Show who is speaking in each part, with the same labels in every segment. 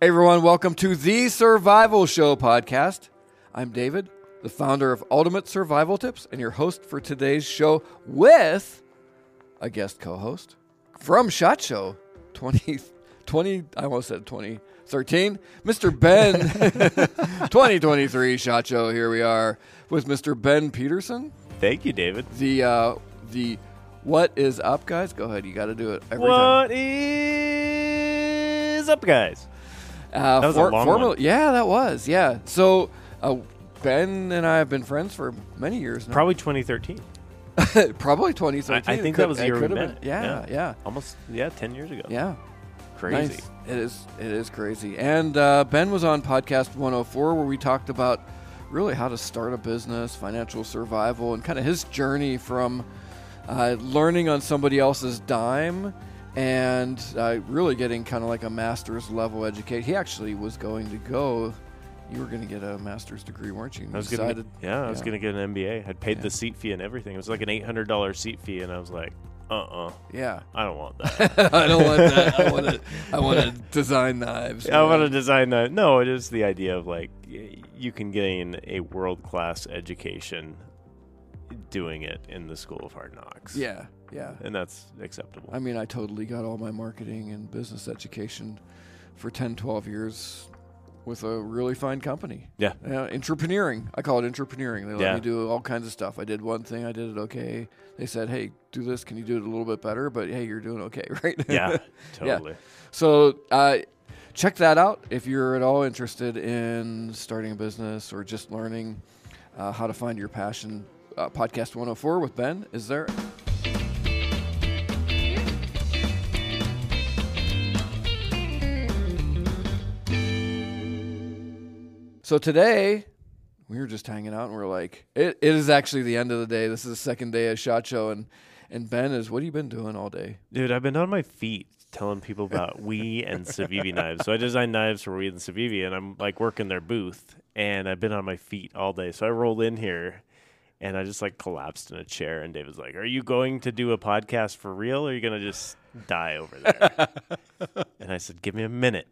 Speaker 1: Hey everyone, welcome to the Survival Show podcast. I'm David, the founder of Ultimate Survival Tips, and your host for today's show with a guest co-host from Shot Show 20, 20 I almost said 2013, Mr. Ben 2023 Shot Show. Here we are with Mr. Ben Peterson.
Speaker 2: Thank you, David.
Speaker 1: The uh, the what is up, guys? Go ahead, you got to do it every time.
Speaker 2: What is up, guys?
Speaker 1: Uh,
Speaker 2: That was a long
Speaker 1: formal-
Speaker 2: one.
Speaker 1: Yeah, that was. Yeah. So uh, Ben and I have been friends for many years now.
Speaker 2: Probably 2013.
Speaker 1: Probably, probably 2013.
Speaker 2: I, I
Speaker 1: It
Speaker 2: think
Speaker 1: could-
Speaker 2: that was the
Speaker 1: it
Speaker 2: year we
Speaker 1: could have
Speaker 2: met.
Speaker 1: been. Yeah, yeah,
Speaker 2: Almost, yeah, 10 years ago.
Speaker 1: yeah.
Speaker 2: Crazy.
Speaker 1: Nice. It is. It is crazy. And uh, Ben was on podcast 104 where we talked about really how to start a business, financial survival, and kind of his journey from uh, learning on somebody else's dime and uh, really getting kind of like a master's level education. He actually was going to go. You were going to get a master's degree, weren't you?
Speaker 2: I was
Speaker 1: You
Speaker 2: gonna,
Speaker 1: decided-
Speaker 2: yeah, I was
Speaker 1: yeah.
Speaker 2: gonna get an MBA. I'd paid
Speaker 1: Yeah.
Speaker 2: the seat fee and everything. It was like an eight hundred dollar seat fee, and I was like, uh, uh
Speaker 1: Yeah.
Speaker 2: I don't want that.
Speaker 1: I don't want that. I want to. I want to design knives.
Speaker 2: I want to design that. No, it is the idea of like y- you can gain a world class education doing it in the school of hard knocks.
Speaker 1: Yeah. Yeah.
Speaker 2: and that's acceptable.
Speaker 1: I mean, I totally got all my marketing and business education for 10, 12 years with a really fine company.
Speaker 2: yeah,
Speaker 1: Yeah, entrepreneuring. I call it entrepreneuring. They let
Speaker 2: Yeah.
Speaker 1: me do all kinds of stuff. I did one thing, I did it okay. They said, hey, do this. Can you do it a little bit better? But hey, you're doing okay, right?
Speaker 2: yeah, totally.
Speaker 1: So uh, check that out if you're at all interested in starting a business or just learning uh, how to find your passion. Uh, Podcast 104 with Ben is there. So today we were just hanging out and we're like, it, it is actually the end of the day. This is the second day of Shot Show and and Ben is what have you been doing all day?
Speaker 2: Dude, I've been on my feet telling people about Wii and Civivi knives. So I design knives for Wii and Civivi, and I'm like working their booth, and I've been on my feet all day. So I rolled in here, and I just like collapsed in a chair. And David's like, "Are you going to do a podcast for real? Or are you gonna just die over there?" and I said, "Give me a minute."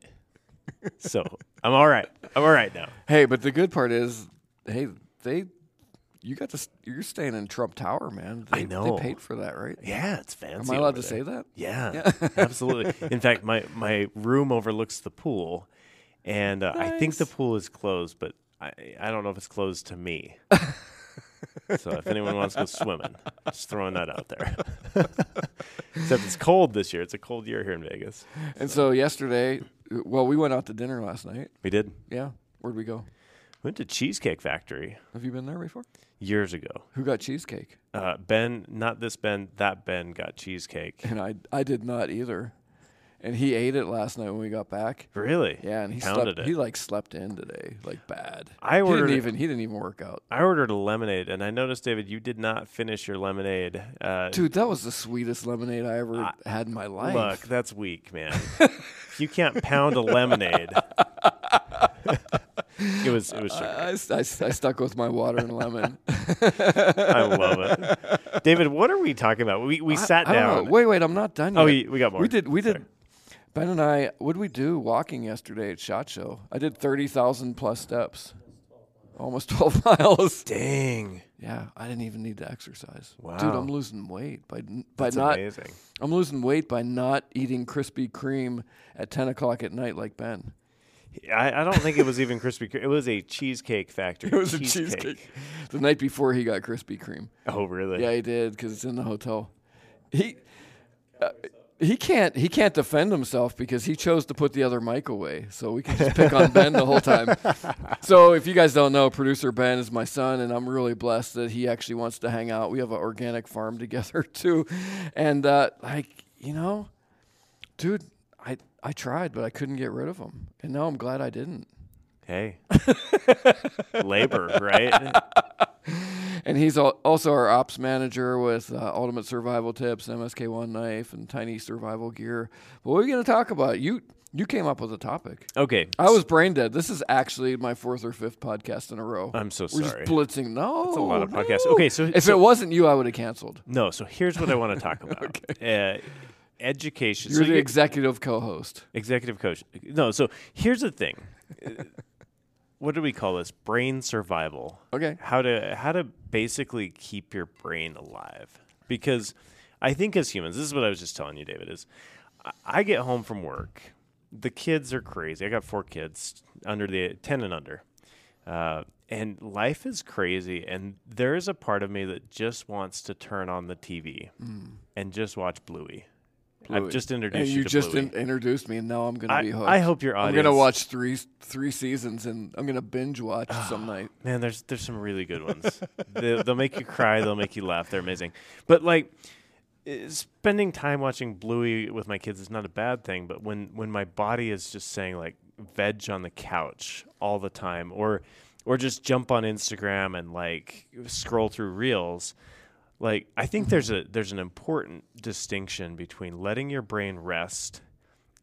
Speaker 2: So I'm all right. I'm all right now.
Speaker 1: Hey, but the good part is, hey, they, you got to, s- you're staying in Trump Tower, man. They,
Speaker 2: I know.
Speaker 1: They paid for that, right?
Speaker 2: Yeah, it's fancy.
Speaker 1: Am I allowed
Speaker 2: over
Speaker 1: to
Speaker 2: there.
Speaker 1: say that?
Speaker 2: Yeah, absolutely. In fact, my my room overlooks the pool, and uh, I think the pool is closed, but I I don't know if it's closed to me. so if anyone wants to go swimming, just throwing that out there. Except it's cold this year. It's a cold year here in Vegas.
Speaker 1: And so yesterday, uh, well, we went out to dinner last night.
Speaker 2: We did
Speaker 1: Yeah, where'd we go?
Speaker 2: went to Cheesecake Factory
Speaker 1: Have you been there before?
Speaker 2: years ago.
Speaker 1: Who got cheesecake?
Speaker 2: Uh, ben, not this Ben, that Ben got cheesecake.
Speaker 1: And I, I did not either. And he ate it last night when we got back.
Speaker 2: Really?
Speaker 1: Yeah, and he
Speaker 2: Pounded
Speaker 1: slept.
Speaker 2: it.
Speaker 1: He like slept in today, like bad.
Speaker 2: I
Speaker 1: he
Speaker 2: ordered-
Speaker 1: didn't even he didn't even work out.
Speaker 2: I ordered a lemonade, and I noticed David, you did not finish your lemonade. Uh,
Speaker 1: Dude, that was the sweetest lemonade I ever had in my life.
Speaker 2: Look, that's weak, man. If you can't pound a lemonade. it was it was sugar.
Speaker 1: I, I, I stuck with my water and lemon.
Speaker 2: I love it. David, what are we talking about? We we sat
Speaker 1: I don't know.
Speaker 2: down.
Speaker 1: Wait, wait, I'm not done yet.
Speaker 2: Oh, we- we got more.
Speaker 1: We did. We did. Ben and I. What did we do walking yesterday at Shot Show? I did thirty thousand plus steps, almost twelve miles.
Speaker 2: Dang.
Speaker 1: Yeah, I didn't even need to exercise. dude,
Speaker 2: Wow.
Speaker 1: I'm losing weight by n- by
Speaker 2: That's
Speaker 1: not.
Speaker 2: amazing.
Speaker 1: I'm losing weight by not eating Krispy Kreme at ten o'clock at night like Ben.
Speaker 2: I, I don't think it was even Krispy Kreme. It was a cheesecake factory.
Speaker 1: It was a cheesecake. The night before he got Krispy Kreme.
Speaker 2: Oh, really?
Speaker 1: Yeah, he did because it's in the hotel. He uh, he can't he can't defend himself because he chose to put the other mic away, so we can just pick on Ben the whole time. So if you guys don't know, producer Ben is my son, and I'm really blessed that he actually wants to hang out. We have an organic farm together too, and uh, like you know, dude, I I tried, but I couldn't get rid of him, and now I'm glad I didn't.
Speaker 2: Hey. Labor, right?
Speaker 1: And he's al- also our ops manager with uh, Ultimate Survival Tips, MSK1 Knife, and Tiny Survival Gear. But what are we going to talk about? You you came up with a topic.
Speaker 2: Okay.
Speaker 1: I was brain dead. This is actually my fourth or fifth podcast in a row.
Speaker 2: I'm so
Speaker 1: We're
Speaker 2: sorry.
Speaker 1: just blitzing. No, that's
Speaker 2: a lot of podcasts. Okay, so-
Speaker 1: if
Speaker 2: so-
Speaker 1: it wasn't you, I would have canceled.
Speaker 2: No, so here's what I want to talk about. uh, education.
Speaker 1: You're
Speaker 2: so
Speaker 1: the
Speaker 2: you-
Speaker 1: executive co-host.
Speaker 2: executive coach. No, so here's the thing. Uh, what do we call this? Brain survival.
Speaker 1: Okay.
Speaker 2: How to how to basically keep your brain alive. Because I think as humans, this is what I was just telling you, David, is I- I get home from work. The kids are crazy. I got four kids under the ten and under. Uh, and life is crazy, and there is a part of me that just wants to turn on the TV and just watch Bluey. I've
Speaker 1: Mm. Bluey.
Speaker 2: just introduced
Speaker 1: And
Speaker 2: you,
Speaker 1: you
Speaker 2: to
Speaker 1: just
Speaker 2: Bluey.
Speaker 1: in- introduced me, and now I'm gonna
Speaker 2: I,
Speaker 1: be hooked.
Speaker 2: I hope your
Speaker 1: I'm
Speaker 2: audience.
Speaker 1: gonna watch three three seasons, and I'm gonna binge watch
Speaker 2: Ah.
Speaker 1: some night.
Speaker 2: Man, there's there's some really good ones. they, they'll make you cry. They'll make you laugh. They're amazing. But like, eh, spending time watching Bluey with my kids is not a bad thing. But when when my body is just saying like veg on the couch all the time, or or just jump on Instagram and like scroll through reels. Like I think there's a there's an important distinction between letting your brain rest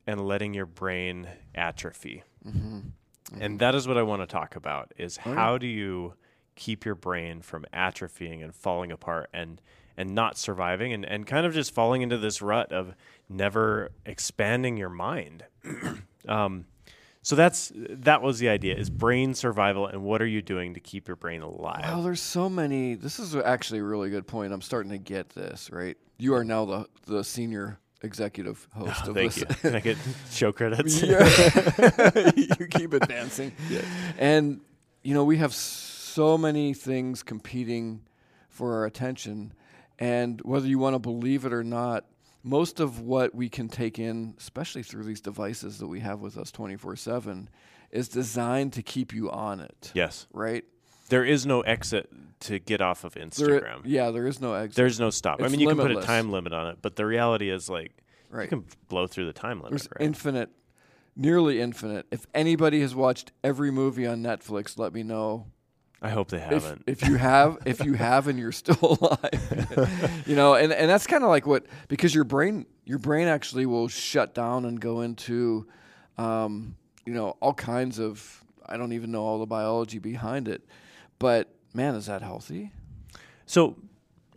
Speaker 2: and letting your brain atrophy. And that is what I want to talk about is how do you keep your brain from atrophying and falling apart and and not surviving and, and kind of just falling into this rut of never expanding your mind. um, so that's that was the idea is brain survival and what are you doing to keep your brain alive?
Speaker 1: Wow, Oh, there's so many. This is actually a really good point. I'm starting to get this. Right, you are now the the senior executive host of
Speaker 2: Thank
Speaker 1: this.
Speaker 2: you. Can I get show credits?
Speaker 1: Yeah. you keep advancing. And, you know, we have so many things competing for our attention. And whether you want to believe it or not, most of what we can take in, especially through these devices that we have with us 24 7, is designed to keep you on it.
Speaker 2: Yes.
Speaker 1: Right?
Speaker 2: There is no exit to get off of
Speaker 1: There-
Speaker 2: Instagram.
Speaker 1: yeah, there is no exit.
Speaker 2: There's no stop. I
Speaker 1: It's
Speaker 2: mean, you can put
Speaker 1: limitless.
Speaker 2: a time limit on it, but the reality is like you
Speaker 1: Right.
Speaker 2: can blow through the time limit.
Speaker 1: There's
Speaker 2: right?
Speaker 1: infinite, nearly infinite. If anybody has watched every movie on Netflix, let me know
Speaker 2: I hope they
Speaker 1: if,
Speaker 2: haven't.
Speaker 1: if you have if you have and you're still alive you know and, and that's kind of like what because your brain your brain actually will shut down and go into um, you know all kinds of i don't even know all the biology behind it but man is that healthy
Speaker 2: so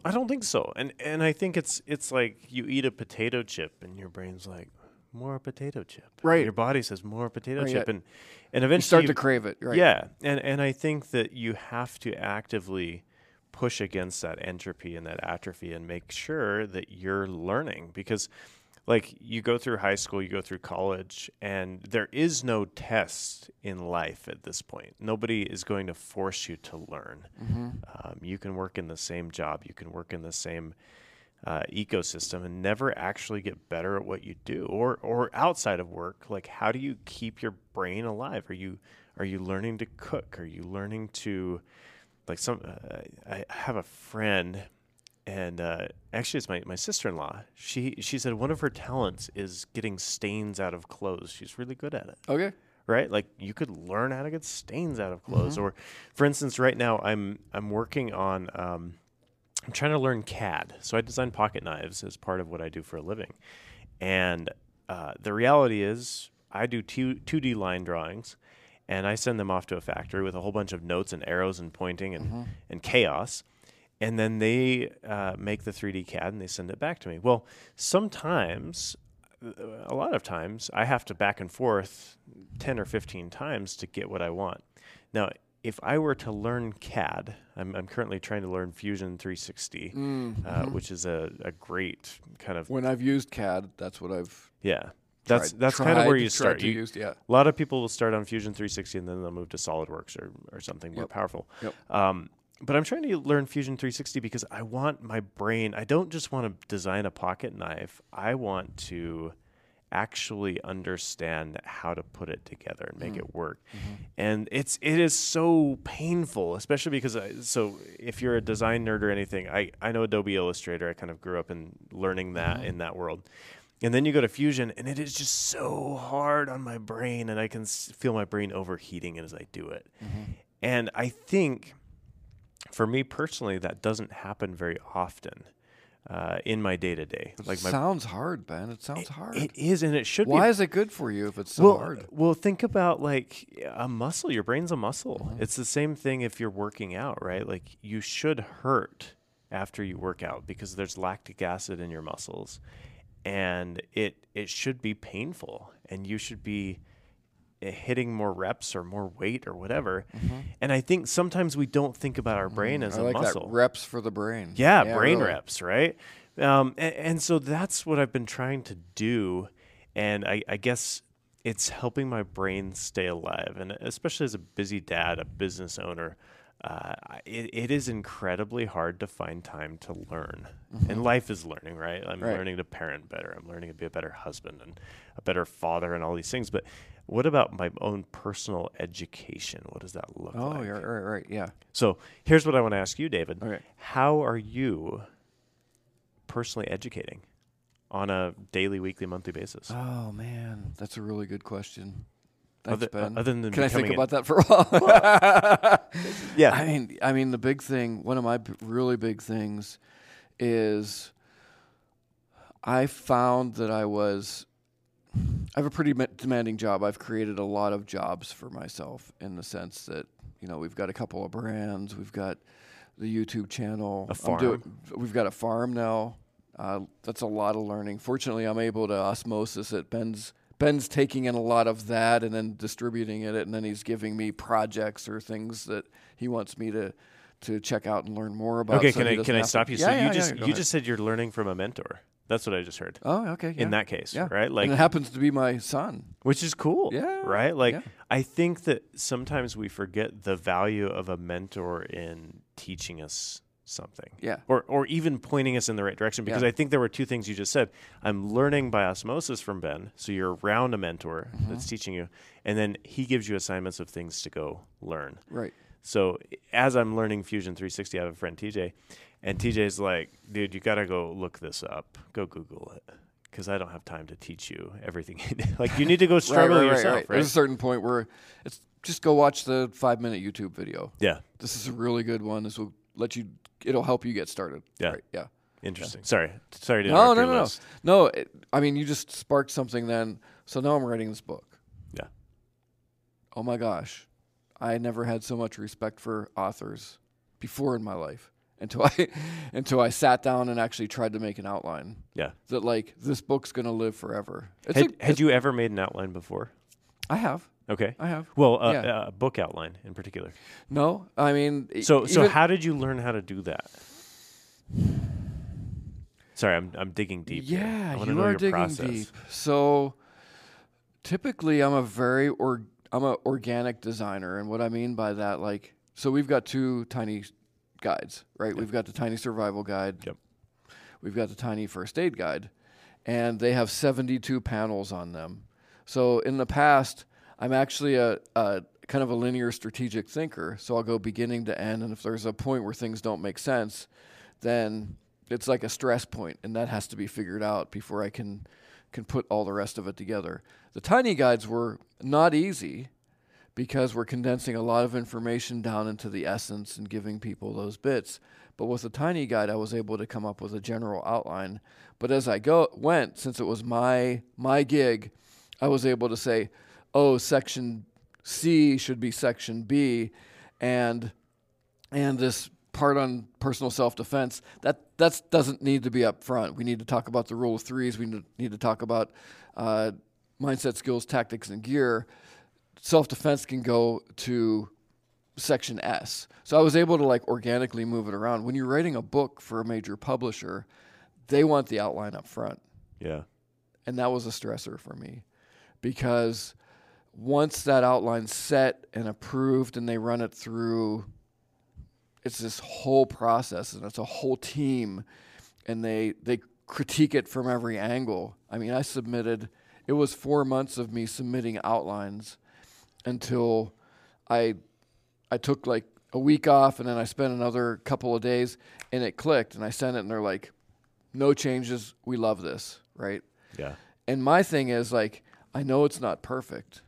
Speaker 2: I don't think so. And and I think it's it's like you eat a potato chip and your brain's like more potato chip.
Speaker 1: Right.
Speaker 2: Your body says more potato
Speaker 1: Right,
Speaker 2: chip
Speaker 1: yeah.
Speaker 2: and and
Speaker 1: you
Speaker 2: eventually
Speaker 1: start
Speaker 2: you-
Speaker 1: to crave it right
Speaker 2: Yeah, and and I think that you have to actively push against that entropy and that atrophy and make sure that you're learning because like you go through high school, you go through college and there is no test in life at this point. Nobody is going to force you to learn. Um, you can work in the same job, you can work in the same uh, ecosystem and never actually get better at what you do or or outside of work like how do you keep your brain alive are you are you learning to cook are you learning to like some uh, i I have a friend and uh, actually it's my, my sister-in-law she she said one of her talents is getting stains out of clothes she's really good at it
Speaker 1: okay
Speaker 2: right? Like you could learn how to get stains out of clothes. Or, for instance, right now I'm I'm working on um, I'm trying to learn CAD. So I design pocket knives as part of what I do for a living, and uh, the reality is I do two two D line drawings. And I send them off to a factory with a whole bunch of notes and arrows and pointing and, and chaos and then they uh, make the 3D CAD and they send it back to me. Well, sometimes, uh, a lot of times, I have to back and forth 10 or 15 times to get what I want. Now, if I were to learn CAD, I'm, I'm currently trying to learn Fusion 360,
Speaker 1: Mm, mm-hmm.
Speaker 2: uh, which is a, a great kind of,
Speaker 1: when i've used cad that's what i've
Speaker 2: yeah. That's
Speaker 1: tried-
Speaker 2: that's kind of where
Speaker 1: tried-
Speaker 2: you start.
Speaker 1: tried to
Speaker 2: You-
Speaker 1: use, yeah
Speaker 2: a lot of people will start on Fusion 360 and then they'll move to SolidWorks or, or something more powerful.
Speaker 1: Yep.
Speaker 2: Um, but I'm trying to learn Fusion 360 because I want my brain, I don't just want to design a pocket knife. I want to actually understand how to put it together and make it work. And it's it is so painful, especially because I, so if you're a design nerd or anything, I I know Adobe Illustrator. I kind of grew up in learning that in that world. And then you go to Fusion, and it is just so hard on my brain, and I can s- feel my brain overheating as I do it. And I think for me personally, that doesn't happen very often uh, in my day to day. Like my,
Speaker 1: sounds hard ben it sounds hard
Speaker 2: it is, and it should be
Speaker 1: why is it good for you if it's so
Speaker 2: well,
Speaker 1: hard
Speaker 2: Well, think about like a muscle. Your brain's a muscle.
Speaker 1: Mm-hmm.
Speaker 2: It's the same thing if you're working out, right? Like you should hurt after you work out because there's lactic acid in your muscles. and it it should be painful and you should be uh, hitting more reps or more weight or whatever and i think sometimes we don't think about our brain as
Speaker 1: Mm-hmm. Mm, I
Speaker 2: a
Speaker 1: like
Speaker 2: muscle
Speaker 1: that reps for the brain.
Speaker 2: yeah, brain
Speaker 1: really.
Speaker 2: reps, right? Um, and, and so that's what I've been trying to do, and I, I guess it's helping my brain stay alive, and especially as a busy dad, a business owner. Uh, I- it, it is incredibly hard to find time to learn, and life is learning, right? I'm
Speaker 1: Mm-hmm. Right.
Speaker 2: learning to parent better. I'm learning to be a better husband and a better father, and all these things. But what about my own personal education? What does that look
Speaker 1: Oh,
Speaker 2: like?
Speaker 1: yeah, right, right, right. Yeah.
Speaker 2: So here's what I want to ask you, David.
Speaker 1: Okay.
Speaker 2: How are you personally educating on a daily, weekly, monthly basis?
Speaker 1: Oh man, that's a really good question. Thanks,
Speaker 2: Other-
Speaker 1: Ben.
Speaker 2: other than
Speaker 1: Can I think
Speaker 2: becoming a-
Speaker 1: about that for a while?
Speaker 2: yeah.
Speaker 1: I mean, I mean, the big thing, one of my b- really big things, is I found that I was. I have a pretty me- demanding job. I've created a lot of jobs for myself in the sense that you know we've got a couple of brands, we've got the YouTube channel,
Speaker 2: A
Speaker 1: I'm we've got a farm now. Uh, that's a lot of learning. Fortunately, I'm able to osmosis it. Ben's Ben's taking in a lot of that and then distributing it, and then he's giving me projects or things that he wants me to to check out and learn more about.
Speaker 2: okay,
Speaker 1: so
Speaker 2: can
Speaker 1: he
Speaker 2: I
Speaker 1: doesn't
Speaker 2: can I
Speaker 1: have to-
Speaker 2: stop you?
Speaker 1: Yeah,
Speaker 2: so
Speaker 1: yeah,
Speaker 2: you
Speaker 1: yeah,
Speaker 2: just
Speaker 1: go
Speaker 2: you
Speaker 1: ahead.
Speaker 2: just said you're learning from a mentor. That's what I just heard.
Speaker 1: Oh, okay. Yeah.
Speaker 2: In that case,
Speaker 1: yeah. and
Speaker 2: right?
Speaker 1: it
Speaker 2: Like
Speaker 1: happens to be my son.
Speaker 2: which is cool.
Speaker 1: Yeah,
Speaker 2: Right? Like
Speaker 1: yeah.
Speaker 2: I think that sometimes we forget the value of a mentor in teaching us something.
Speaker 1: Yeah.
Speaker 2: or or even pointing us in the right direction because
Speaker 1: Yeah.
Speaker 2: I think there were two things you just said. I'm learning by osmosis from Ben, so you're around a mentor
Speaker 1: Mm-hmm.
Speaker 2: that's teaching you, and then he gives you assignments of things to go learn.
Speaker 1: Right.
Speaker 2: So as I'm learning Fusion 360, I have a friend TJ, and TJ's like, "Dude, you gotta go look this up. Go Google it." Because I don't have time to teach you everything. like you need to go
Speaker 1: Right,
Speaker 2: struggle
Speaker 1: right, right,
Speaker 2: yourself,
Speaker 1: right.
Speaker 2: right?
Speaker 1: There's a certain point where it's just go watch the five minute YouTube video.
Speaker 2: Yeah,
Speaker 1: This is a really good one. This will let you. It'll help you get started.
Speaker 2: Yeah.
Speaker 1: Right, yeah.
Speaker 2: interesting. Sorry, sorry to
Speaker 1: No,
Speaker 2: interrupt
Speaker 1: no,
Speaker 2: your
Speaker 1: no, no.
Speaker 2: list.
Speaker 1: No, it, I mean, you just sparked something then. So now I'm writing this book.
Speaker 2: Yeah.
Speaker 1: Oh my gosh. I never had so much respect for authors before in my life until I until I sat down and actually tried to make an outline
Speaker 2: Yeah.
Speaker 1: that like this book's going to live forever. It's
Speaker 2: Had,
Speaker 1: a-
Speaker 2: had you ever made an outline before?
Speaker 1: I have.
Speaker 2: Okay.
Speaker 1: I have.
Speaker 2: Well, a,
Speaker 1: Yeah.
Speaker 2: a book outline in particular.
Speaker 1: No, I mean e-
Speaker 2: So, so
Speaker 1: even-
Speaker 2: how did you learn how to do that? Sorry, I'm I'm digging deep. here. I
Speaker 1: Yeah,
Speaker 2: wanna
Speaker 1: you
Speaker 2: know
Speaker 1: are
Speaker 2: your
Speaker 1: digging
Speaker 2: process.
Speaker 1: deep. So typically, I'm a very or I'm an organic designer, and what I mean by that, like, so we've got two tiny guides, right? We've got the tiny survival guide.
Speaker 2: Yep.
Speaker 1: We've got the tiny first aid guide, and they have 72 panels on them. So in the past, I'm actually a, a kind of a linear strategic thinker. So I'll go beginning to end, and if there's a point where things don't make sense, then it's like a stress point and that has to be figured out before I can can put all the rest of it together. The tiny guides were not easy because we're condensing a lot of information down into the essence and giving people those bits. But with the tiny guide, I was able to come up with a general outline. But as I go went, since it was my my gig, I was able to say, "Oh, section C should be section B," and and this part on personal self-defense that that doesn't need to be up front we need to talk about the rule of threes we need need to talk about uh, mindset skills tactics and gear self-defense can go to section s so i was able to like organically move it around when you're writing a book for a major publisher they want the outline up front
Speaker 2: Yeah.
Speaker 1: and that was a stressor for me because once that outline's set and approved and they run it through it's this whole process and it's a whole team and they they critique it from every angle i mean i submitted it was 4 months of me submitting outlines until i i took like a week off and then i spent another couple of days and it clicked and i sent it and they're like no changes we love this right
Speaker 2: Yeah.
Speaker 1: and my thing is like, I know it's not perfect,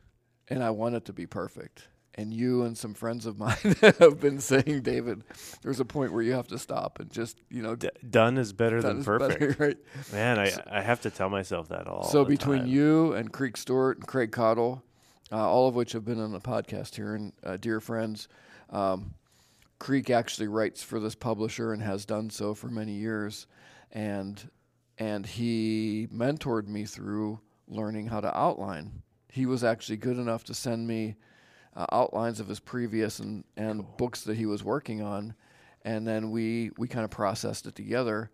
Speaker 1: and I want it to be perfect. And you and some friends of mine have been saying, David, there's a point where you have to stop and just, you know,
Speaker 2: D- done is better
Speaker 1: that
Speaker 2: than
Speaker 1: is better,
Speaker 2: perfect.
Speaker 1: right?
Speaker 2: Man, I, I have to tell myself that all.
Speaker 1: so
Speaker 2: the
Speaker 1: between
Speaker 2: time.
Speaker 1: you and Creek Stewart and Craig Cottle, uh, all of which have been on the podcast here and uh, dear friends, um, Creek actually writes for this publisher and has done so for many years, and and he mentored me through learning how to outline. He was actually good enough to send me uh, outlines of his previous and, and books that he was working on, and then we we kind of processed it together.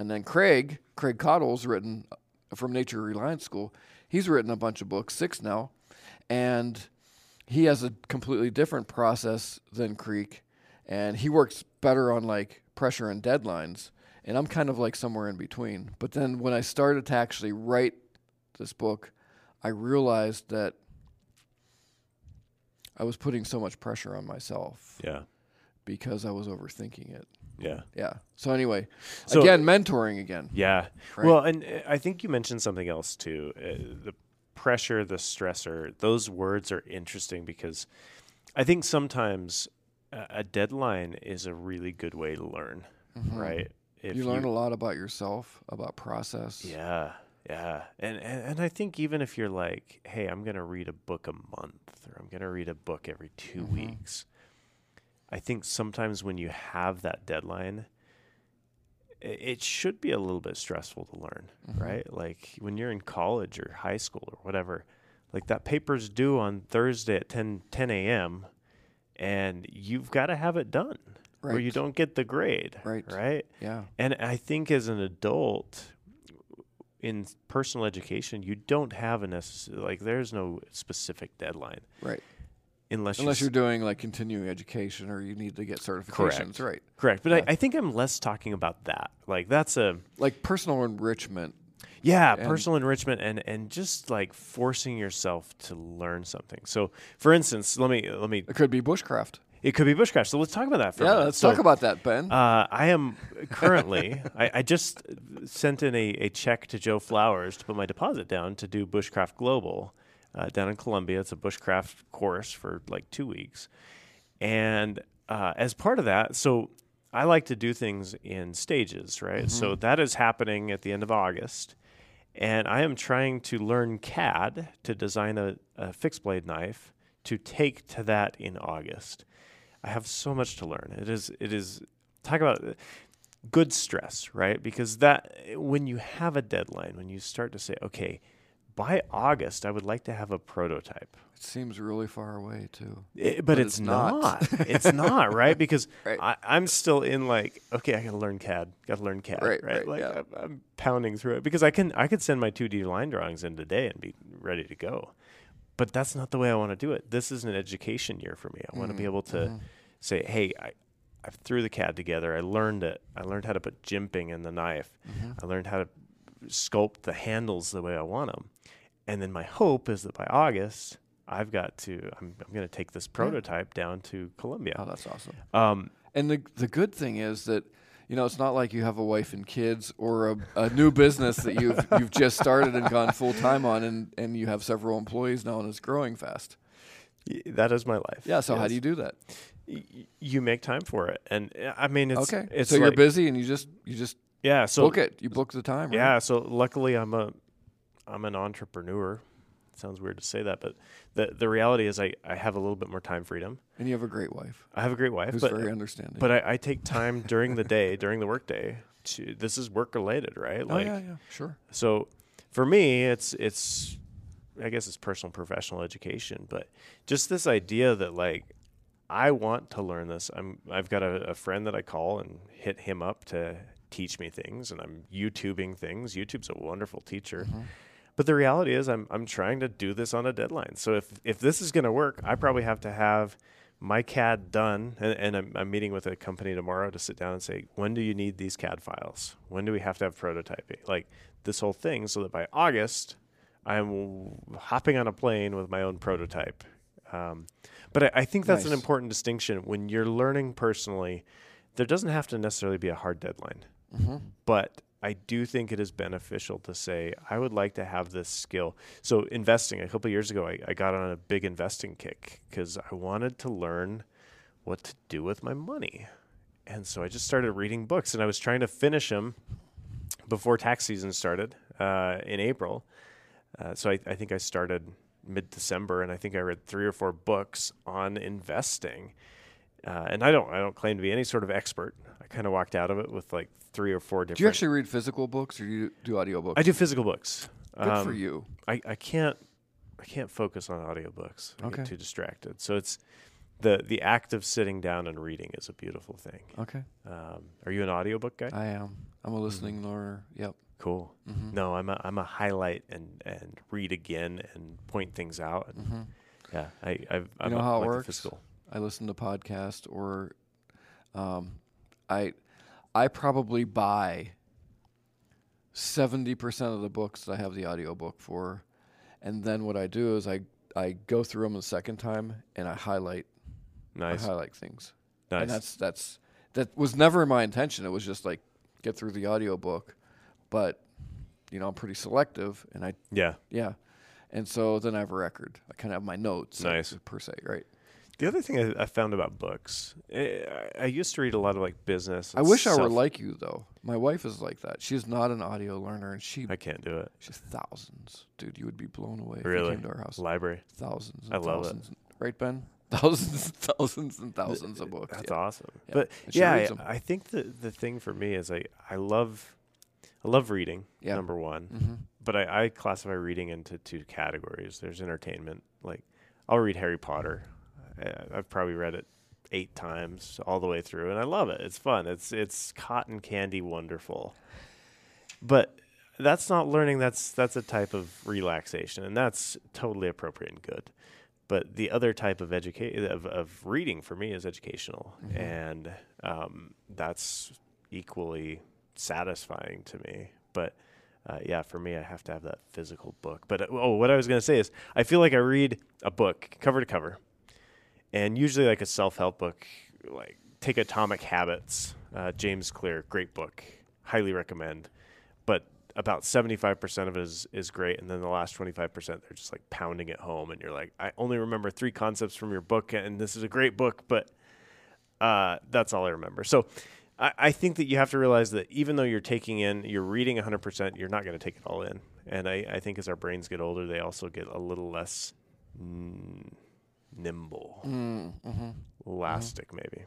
Speaker 1: And then Craig Craig Cottle's written uh, from Nature Reliance School. He's written a bunch of books, six now, and he has a completely different process than Creek, and he works better on like pressure and deadlines. And I'm kind of like somewhere in between. But then when I started to actually write this book, I realized that I was putting so much pressure on myself
Speaker 2: Yeah.
Speaker 1: because I was overthinking it.
Speaker 2: Yeah.
Speaker 1: Yeah. So anyway,
Speaker 2: So-
Speaker 1: again, mentoring again.
Speaker 2: Yeah.
Speaker 1: Right.
Speaker 2: Well, and uh, I think you mentioned something else too. Uh, the pressure, the stressor, those words are interesting because I think sometimes a, a deadline is a really good way to learn, right? If
Speaker 1: Mm-hmm. you learn a lot about yourself, about process.
Speaker 2: Yeah. Yeah. And, and and I think even if you're like, hey, I'm gonna read a book a month or I'm gonna read a book every 2
Speaker 1: Mm-hmm.
Speaker 2: weeks, I think sometimes when you have that deadline, i- it should be a little bit stressful to learn,
Speaker 1: Mm-hmm.
Speaker 2: right? Like when you're in college or high school or whatever, like that paper's due on Thursday at 10, 10 a.m. and you've got to have it done or you
Speaker 1: Right.
Speaker 2: don't get the grade,
Speaker 1: Right.
Speaker 2: Right.
Speaker 1: Yeah.
Speaker 2: And I think as an adult in personal education, you don't have a necessary like there's no specific deadline
Speaker 1: Right.
Speaker 2: unless,
Speaker 1: Unless
Speaker 2: you
Speaker 1: you're doing like continuing education or you need to get certifications.
Speaker 2: Correct.
Speaker 1: Right.
Speaker 2: correct. But I, I think I'm less talking about that. Like that's a
Speaker 1: Like personal enrichment.
Speaker 2: yeah, personal enrichment and and just like forcing yourself to learn something. So for instance, let me let me
Speaker 1: It could be bushcraft.
Speaker 2: it could be bushcraft. So let's talk about that for a
Speaker 1: Yeah.
Speaker 2: minute.
Speaker 1: Let's
Speaker 2: So-
Speaker 1: talk about that, Ben.
Speaker 2: Uh, I am currently. I, I just sent in a, a check to Joe Flowers to put my deposit down to do Bushcraft Global uh, down in Columbia. It's a bushcraft course for like two weeks, and uh, as part of that, so I like to do things in stages, right? So that is happening at the end of August, and I am trying to learn CAD to design a, a fixed blade knife to take to that in August. I have so much to learn. It is it is talk about uh, good stress, right? Because that when you have a deadline, when you start to say, okay, by August I would like to have a prototype.
Speaker 1: it seems really far away too.
Speaker 2: I- Eh, but, it's,
Speaker 1: it's
Speaker 2: not.
Speaker 1: not.
Speaker 2: it's not right because
Speaker 1: Right.
Speaker 2: I, I'm still in like okay, I gotta learn CAD, gotta learn CAD, right?
Speaker 1: Right, right,
Speaker 2: like
Speaker 1: yeah.
Speaker 2: I'm, I'm pounding through it because I can I could send my 2D line drawings in today and be ready to go, but that's not the way I want to do it. This is an education year for me. I want to be
Speaker 1: Mm,
Speaker 2: able to
Speaker 1: mm-hmm.
Speaker 2: say, hey, I, I threw the CAD together. I learned it. I learned how to put jimping in the knife.
Speaker 1: Mm-hmm.
Speaker 2: I learned how to sculpt the handles the way I want them. And then my hope is that by August, I've got to, I'm, I'm going to take this prototype down to
Speaker 1: Oh,
Speaker 2: Columbia.
Speaker 1: that's awesome.
Speaker 2: Um,
Speaker 1: And the the good thing is that you know it's not like you have a wife and kids or a, a new business that you've you've just started and gone full time on, and and you have several employees now and it's growing fast.
Speaker 2: y- that is my life.
Speaker 1: Yeah. So how do you do that?
Speaker 2: you, you make time for it? And uh, I mean, it's,
Speaker 1: okay.
Speaker 2: it's
Speaker 1: so you're
Speaker 2: like-
Speaker 1: busy and you just you just
Speaker 2: Yeah. So
Speaker 1: book it. You book the time. Right?
Speaker 2: Yeah, so luckily I'm a I'm an entrepreneur. sounds weird to say that, but the the reality is I, I have a little bit more time freedom.
Speaker 1: And you have a great wife
Speaker 2: I have a great wife,
Speaker 1: who's
Speaker 2: but
Speaker 1: very understanding.
Speaker 2: but I, I take time during the day, during the workday. To this is work related, right?
Speaker 1: oh yeah, yeah, sure.
Speaker 2: So for me, it's it's I guess it's personal and professional education, but just this idea that like I want to learn this. I'm I've got a, a friend that I call and hit him up to teach me things and I'm YouTubing things. YouTube's a wonderful teacher. But the reality is I'm I'm trying to do this on a deadline. So if if this is gonna work, I probably have to have my CAD done, and, and I'm, I'm meeting with a company tomorrow to sit down and say, when do you need these CAD files? When do we have to have prototyping? Like this whole thing, so that by August, I'm hopping on a plane with my own prototype. Um, but I, I think that's an
Speaker 1: Nice.
Speaker 2: important distinction when you're learning personally. There doesn't have to necessarily be a hard deadline, but I do think it is beneficial to say I would like to have this skill. So investing a couple years ago, I, I got on a big investing kick because I wanted to learn what to do with my money, and so I just started reading books and I was trying to finish them before tax season started uh, in April. Uh, so I, I think I started mid December, and I think I read three or four books on investing. Uh, and I don't I don't claim to be any sort of expert. I kind of walked out of it with like three or four different.
Speaker 1: Do you actually read physical books or do you do audiobooks?
Speaker 2: I do physical books.
Speaker 1: Good for
Speaker 2: Um,
Speaker 1: you.
Speaker 2: I, I can't I can't focus on audiobooks. I
Speaker 1: Okay.
Speaker 2: get too distracted. So it's the the act of sitting down and reading is a beautiful thing.
Speaker 1: Okay.
Speaker 2: Um, are you an audiobook guy?
Speaker 1: I am. I'm a listening learner. Yep.
Speaker 2: Cool.
Speaker 1: Mhm.
Speaker 2: Mm-hmm. No, I'm a I'm a highlight and and read again and point things out. And
Speaker 1: Mhm.
Speaker 2: yeah, I I've, I'm
Speaker 1: know
Speaker 2: a,
Speaker 1: how it
Speaker 2: like a
Speaker 1: works?
Speaker 2: physical.
Speaker 1: I listen to podcasts or um, I I probably buy 70% of the books that I have the audiobook for. And then what I do is I I go through them a second time and I highlight
Speaker 2: Nice,
Speaker 1: I highlight things. And
Speaker 2: nice.
Speaker 1: Uh-huh. that's that's that was never my intention. It was just like get through the audiobook. But you know, I'm pretty selective and I
Speaker 2: Yeah.
Speaker 1: yeah. And so then I have a record. I kind of have my notes like,
Speaker 2: Nice.
Speaker 1: per se, right?
Speaker 2: The other thing I, I found about books, eh, I, I used to read a lot of like business.
Speaker 1: I
Speaker 2: and
Speaker 1: wish I were
Speaker 2: self-
Speaker 1: like you though. My wife is like that. She's not an audio learner, and she
Speaker 2: I can't do it.
Speaker 1: she's thousands, dude. You would be blown away if you
Speaker 2: Really?
Speaker 1: came to our house.
Speaker 2: Library.
Speaker 1: Thousands. And
Speaker 2: I love it.
Speaker 1: thousands. Right, Ben? Thousands, and thousands, and thousands of books.
Speaker 2: That's
Speaker 1: yeah.
Speaker 2: awesome.
Speaker 1: Yeah.
Speaker 2: But
Speaker 1: And she
Speaker 2: yeah,
Speaker 1: reads 'em.
Speaker 2: I, I think the the thing for me is I I love I love reading.
Speaker 1: Yeah.
Speaker 2: Number one,
Speaker 1: hmm
Speaker 2: but I, I classify reading into two categories. There's entertainment. Like I'll read Harry Potter. I, I've probably read it eight times all the way through, and I love it. It's fun. It's it's cotton candy wonderful. But that's not learning. That's that's a type of relaxation, and that's totally appropriate and good. But the other type of educa- of, of reading for me is educational,
Speaker 1: Mhm.
Speaker 2: and um, that's equally satisfying to me. But uh, yeah, for me, I have to have that physical book. But uh, oh, what I was going to say is, I feel like I read a book cover to cover, and usually like a self help book, like take Atomic Habits, uh, James Clear, great book, highly recommend. But about seventy five percent of it is is great, and then the last twenty five percent they're just like pounding it home, and you're like, I only remember three concepts from your book, and this is a great book, but uh, that's all I remember. So I, I think that you have to realize that even though you're taking in, you're reading 100%, you're not going to take it all in. And I, I think as our brains get older, they also get a little less mm, nimble,
Speaker 1: Mm-hmm.
Speaker 2: elastic, maybe.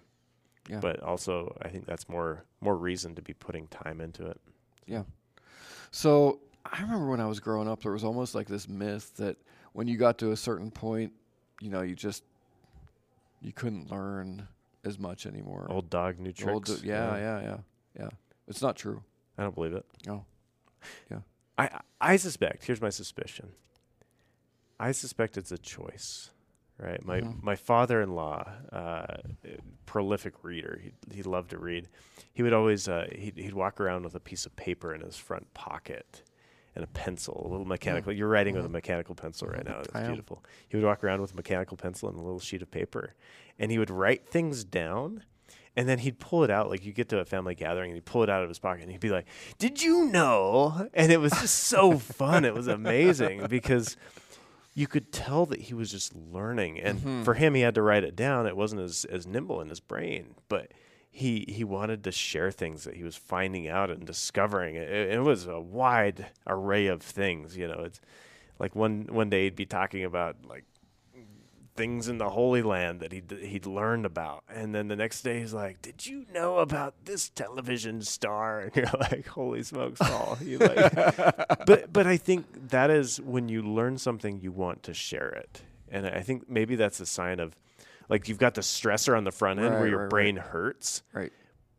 Speaker 1: Yeah.
Speaker 2: But also, I think that's more more reason to be putting time into it.
Speaker 1: So I remember when I was growing up, there was almost like this myth that when you got to a certain point, you know, you just you couldn't learn as much anymore.
Speaker 2: Old dog, new tricks.
Speaker 1: Old- yeah, yeah, yeah, yeah. It's not true.
Speaker 2: I don't believe it.
Speaker 1: No. Yeah.
Speaker 2: I I suspect. Here's my suspicion. I suspect it's a choice, right? My
Speaker 1: Mhm.
Speaker 2: my father-in-law, uh, prolific reader. He he loved to read. He would always uh, he'd, he'd walk around with a piece of paper in his front pocket and a pencil, a
Speaker 1: Mm-hmm.
Speaker 2: little mechanical. You're writing with a
Speaker 1: Mhm.
Speaker 2: mechanical pencil right now. It's
Speaker 1: I am.
Speaker 2: beautiful. He would walk around with a mechanical pencil and a little sheet of paper, and he would write things down. And then he'd pull it out, like you get to a family gathering, and he'd pull it out of his pocket, and he'd be like, "Did you know?" And it was just so fun. It was amazing because you could tell that he was just learning, and for him, he had to write it down. It wasn't as as nimble in his brain, but he he wanted to share things that he was finding out and discovering. It, it was a wide array of things. You know, it's like one one day he'd be talking about like things in the Holy Land that he'd, he'd learned about. And then the next day he's like, Did you know about this television star? And you're like, Holy smokes, Paul. You like, but, but I think that is when you learn something, you want to share it. And I think maybe that's a sign of like you've got the stressor on the front end where
Speaker 1: Right,
Speaker 2: your
Speaker 1: right, right.
Speaker 2: brain hurts.
Speaker 1: Right.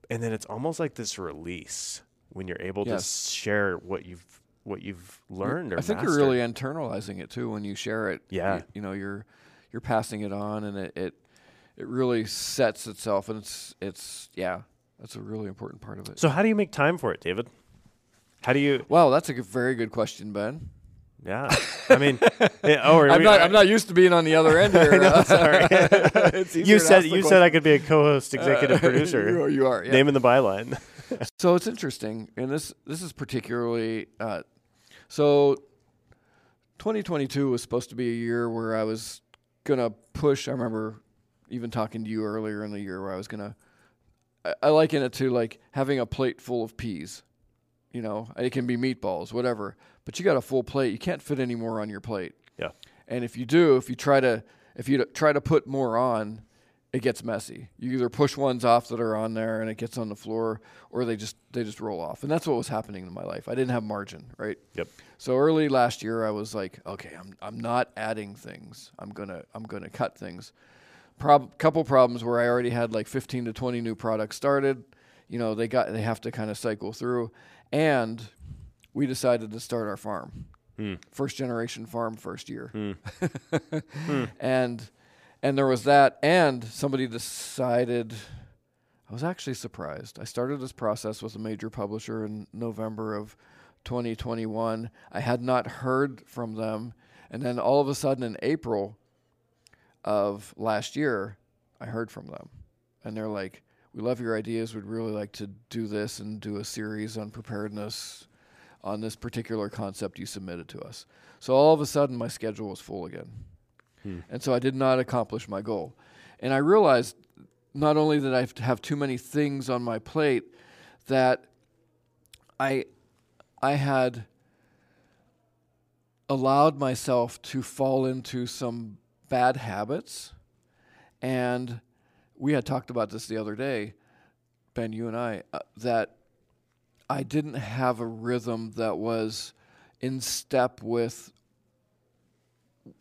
Speaker 2: And then it's almost like this release when you're able
Speaker 1: Yes.
Speaker 2: to share what you've what you've learned or
Speaker 1: I think
Speaker 2: mastered.
Speaker 1: you're really internalizing it too when you share it.
Speaker 2: Yeah.
Speaker 1: You, you know, you're you're passing it on and it, it it really sets itself and it's it's yeah, that's a really important part of it.
Speaker 2: So how do you make time for it, David? How do you?
Speaker 1: wow, that's a g- very good question, Ben.
Speaker 2: Yeah, I mean, yeah, oh, are
Speaker 1: I'm
Speaker 2: we-
Speaker 1: not
Speaker 2: are-
Speaker 1: I'm not used to being on the other end here. uh,
Speaker 2: sorry.
Speaker 1: it's easier
Speaker 2: you
Speaker 1: to
Speaker 2: said
Speaker 1: ask the
Speaker 2: you said
Speaker 1: question.
Speaker 2: I could be a co-host, executive
Speaker 1: Uh, You
Speaker 2: producer,
Speaker 1: are. You are yeah.
Speaker 2: name in the byline.
Speaker 1: So it's interesting, and this this is particularly uh, so. 2022 was supposed to be a year where I was gonna push. I remember even talking to you earlier in the year where I was gonna. I, I liken it to like having a plate full of peas. You know, it can be meatballs, whatever, but you got a full plate. You can't fit any more on your plate.
Speaker 2: Yeah,
Speaker 1: And if you do, if you try to if you try to put more on, it gets messy. You either push ones off that are on there and it gets on the floor, or they just they just roll off. And that's what was happening in my life. I didn't have margin, right?
Speaker 2: Yep.
Speaker 1: So early last year, I was like, okay, I'm I'm not adding things. I'm gonna I'm gonna cut things. Prob- couple problems where I already had like 15 to 20 new products started. You know, they got they have to kind of cycle through, and we decided to start our farm, first generation farm, first year, and and there was that, and somebody decided. I was actually surprised. I started this process with a major publisher in November of 2021. I had not heard from them. And then all of a sudden in April of last year, I heard from them. And they're like, We love your ideas. We'd really like to do this and do a series on preparedness on this particular concept you submitted to us. So all of a sudden, my schedule was full again. And so I did not accomplish my goal. And I realized not only that I have too many things on my plate, that I I had allowed myself to fall into some bad habits. And we had talked about this the other day, Ben, you and I, uh, that I didn't have a rhythm that was in step with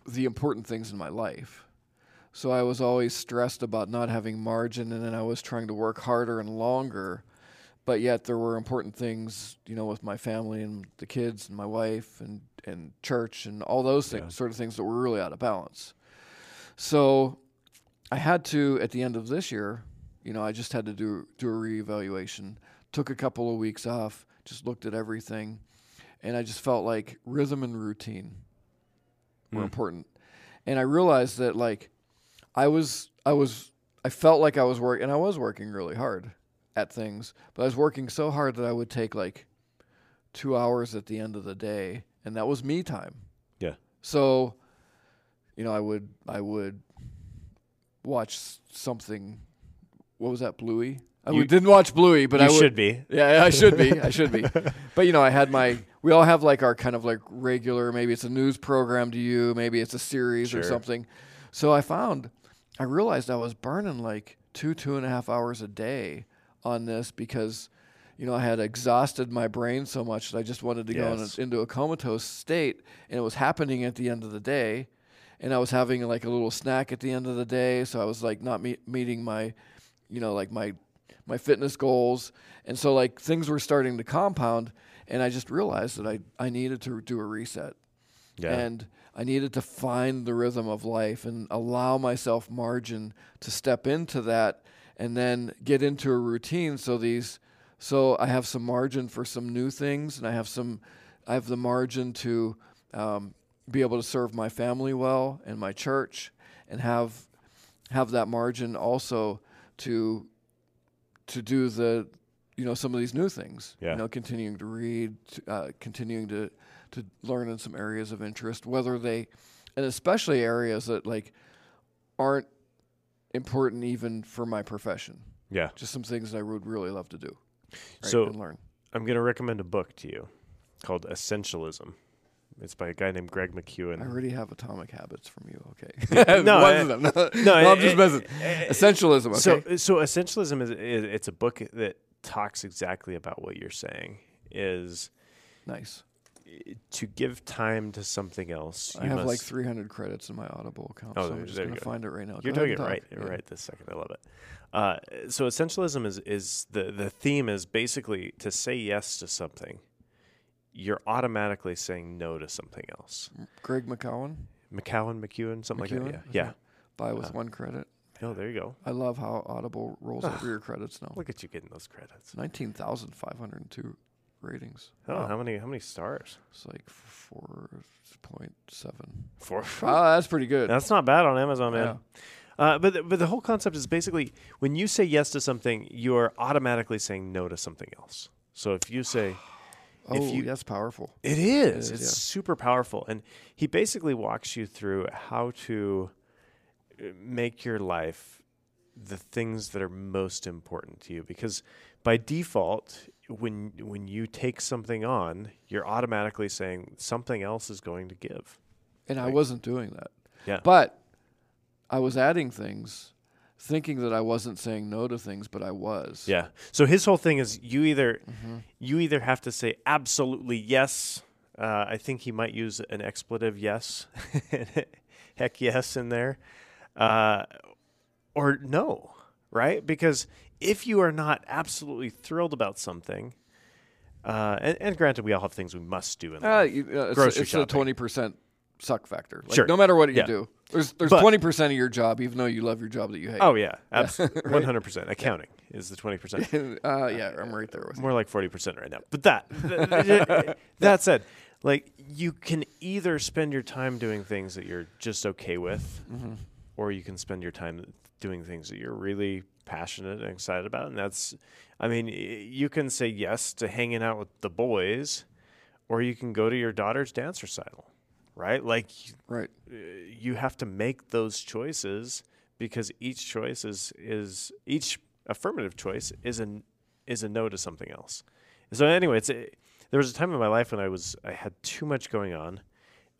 Speaker 1: the important things in my life. So I was always stressed about not having margin, and then I was trying to work harder and longer. But yet there were important things, you know, with my family and the kids and my wife and and church and all those things, sort of things that were really out of balance. So I had to at the end of this year, you know, I just had to do do a reevaluation. Took a couple of weeks off, just looked at everything, and I just felt like rhythm and routine
Speaker 2: Hmm.
Speaker 1: were important. And I realized that like I was I was I felt like I was working and I was working really hard at things, but I was working so hard that I would take like 2 hours at the end of the day and that was me time.
Speaker 2: Yeah.
Speaker 1: So you know, I would I would watch s- something what was that Bluey? I
Speaker 2: You-
Speaker 1: didn't watch Bluey, but
Speaker 2: you
Speaker 1: I would,
Speaker 2: should be.
Speaker 1: yeah, I should be. I should be. But you know, I had my. We all have like our kind of like regular. Maybe it's a news program to you. Maybe it's a series or
Speaker 2: Sure.
Speaker 1: something. So I found, I realized I was burning like two two and a half hours a day on this because, you know, I had exhausted my brain so much that I just wanted to go in
Speaker 2: Yes.
Speaker 1: a, into a comatose state, and it was happening at the end of the day, and I was having like a little snack at the end of the day, so I was like not meet, meeting my, you know, like my my fitness goals. And so like things were starting to compound and I just realized that I, I needed to do a reset.
Speaker 2: Yeah.
Speaker 1: And I needed to find the rhythm of life and allow myself margin to step into that and then get into a routine so these so I have some margin for some new things and I have some I have the margin to um, be able to serve my family well and my church and have have that margin also to to do the you know some of these new things
Speaker 2: Yeah.
Speaker 1: you know continuing to read t- uh, continuing to to learn in some areas of interest whether they and especially areas that like aren't important even for my profession
Speaker 2: yeah.
Speaker 1: just some things that i would really love to do right,
Speaker 2: So-
Speaker 1: and learn
Speaker 2: I'm going to recommend a book to you called Essentialism. It's by a guy named Greg
Speaker 1: i
Speaker 2: McEwen.
Speaker 1: already have atomic habits from you okay
Speaker 2: Mm. No,
Speaker 1: One
Speaker 2: I-
Speaker 1: of them. no,
Speaker 2: no,
Speaker 1: i'm just
Speaker 2: it-
Speaker 1: messing essentialism okay
Speaker 2: So, so essentialism is, is it's a book that talks exactly about what you're saying. Is
Speaker 1: nice
Speaker 2: eh, to give time to something else.
Speaker 1: i
Speaker 2: you
Speaker 1: have like
Speaker 2: must-
Speaker 1: 300 credits in my audible account so
Speaker 2: Oh,
Speaker 1: i'm
Speaker 2: there-
Speaker 1: just
Speaker 2: there you
Speaker 1: going to
Speaker 2: go.
Speaker 1: find it right now
Speaker 2: You're
Speaker 1: Go
Speaker 2: doing
Speaker 1: ahead
Speaker 2: it right,
Speaker 1: and talk. Yeah.
Speaker 2: right this second. I love it. Uh, so essentialism is is the the theme is basically to say yes to something, you're automatically saying no to something else.
Speaker 1: greg mccowan
Speaker 2: McCowan, McEwen, something like
Speaker 1: McEwen?
Speaker 2: that. Yeah,
Speaker 1: buy with one credit.
Speaker 2: yeah. Oh, there you go.
Speaker 1: I love how Audible rolls over your credits now.
Speaker 2: Look at you getting those credits.
Speaker 1: Nineteen thousand five hundred two ratings.
Speaker 2: Oh, how many how many stars?
Speaker 1: It's like four point seven.
Speaker 2: Four.
Speaker 1: Wow, that's pretty good.
Speaker 2: That's not bad on Amazon, man.
Speaker 1: Yeah.
Speaker 2: Uh, but the, but the whole concept is basically when you say yes to something, you are automatically saying no to something else. So if you say
Speaker 1: oh,
Speaker 2: if you-
Speaker 1: that's powerful.
Speaker 2: It is.
Speaker 1: is,
Speaker 2: it's
Speaker 1: yeah.
Speaker 2: super powerful. And he basically walks you through how to uh, make your life the things that are most important to you because by default when when you take something on you're automatically saying something else is going to give
Speaker 1: And I wasn't doing that.
Speaker 2: yeah
Speaker 1: But I was adding things thinking that I wasn't saying no to things, but I was.
Speaker 2: Yeah. So his whole thing is you either you either have to say absolutely yes. Uh, I think he might use an expletive yes, heck yes in there, uh, or no, right? Because if you are not absolutely thrilled about something, uh, and, and granted, we all have things we must do in
Speaker 1: Uh,
Speaker 2: life.
Speaker 1: you- uh, it's,
Speaker 2: Grocery
Speaker 1: it's a
Speaker 2: shopping.
Speaker 1: twenty percent suck factor. Like,
Speaker 2: Sure.
Speaker 1: No matter what you
Speaker 2: Yeah.
Speaker 1: do, there's there's
Speaker 2: But-
Speaker 1: twenty percent of your job, even though you love your job that you hate.
Speaker 2: oh yeah, absolutely, one hundred percent. Accounting is the twenty percent.
Speaker 1: uh, yeah, I'm right there with you.
Speaker 2: more like 40% right now but that th- that said like you can either spend your time doing things that you're just okay with or you can spend your time doing things that you're really passionate and excited about and that's i mean y- you can say yes to hanging out with the boys or you can go to your daughter's dance recital right like
Speaker 1: Right.
Speaker 2: uh, you have to make those choices because each choice is is each affirmative choice is a n- is a no to something else. So anyway, it's a, there was a time in my life when I was I had too much going on,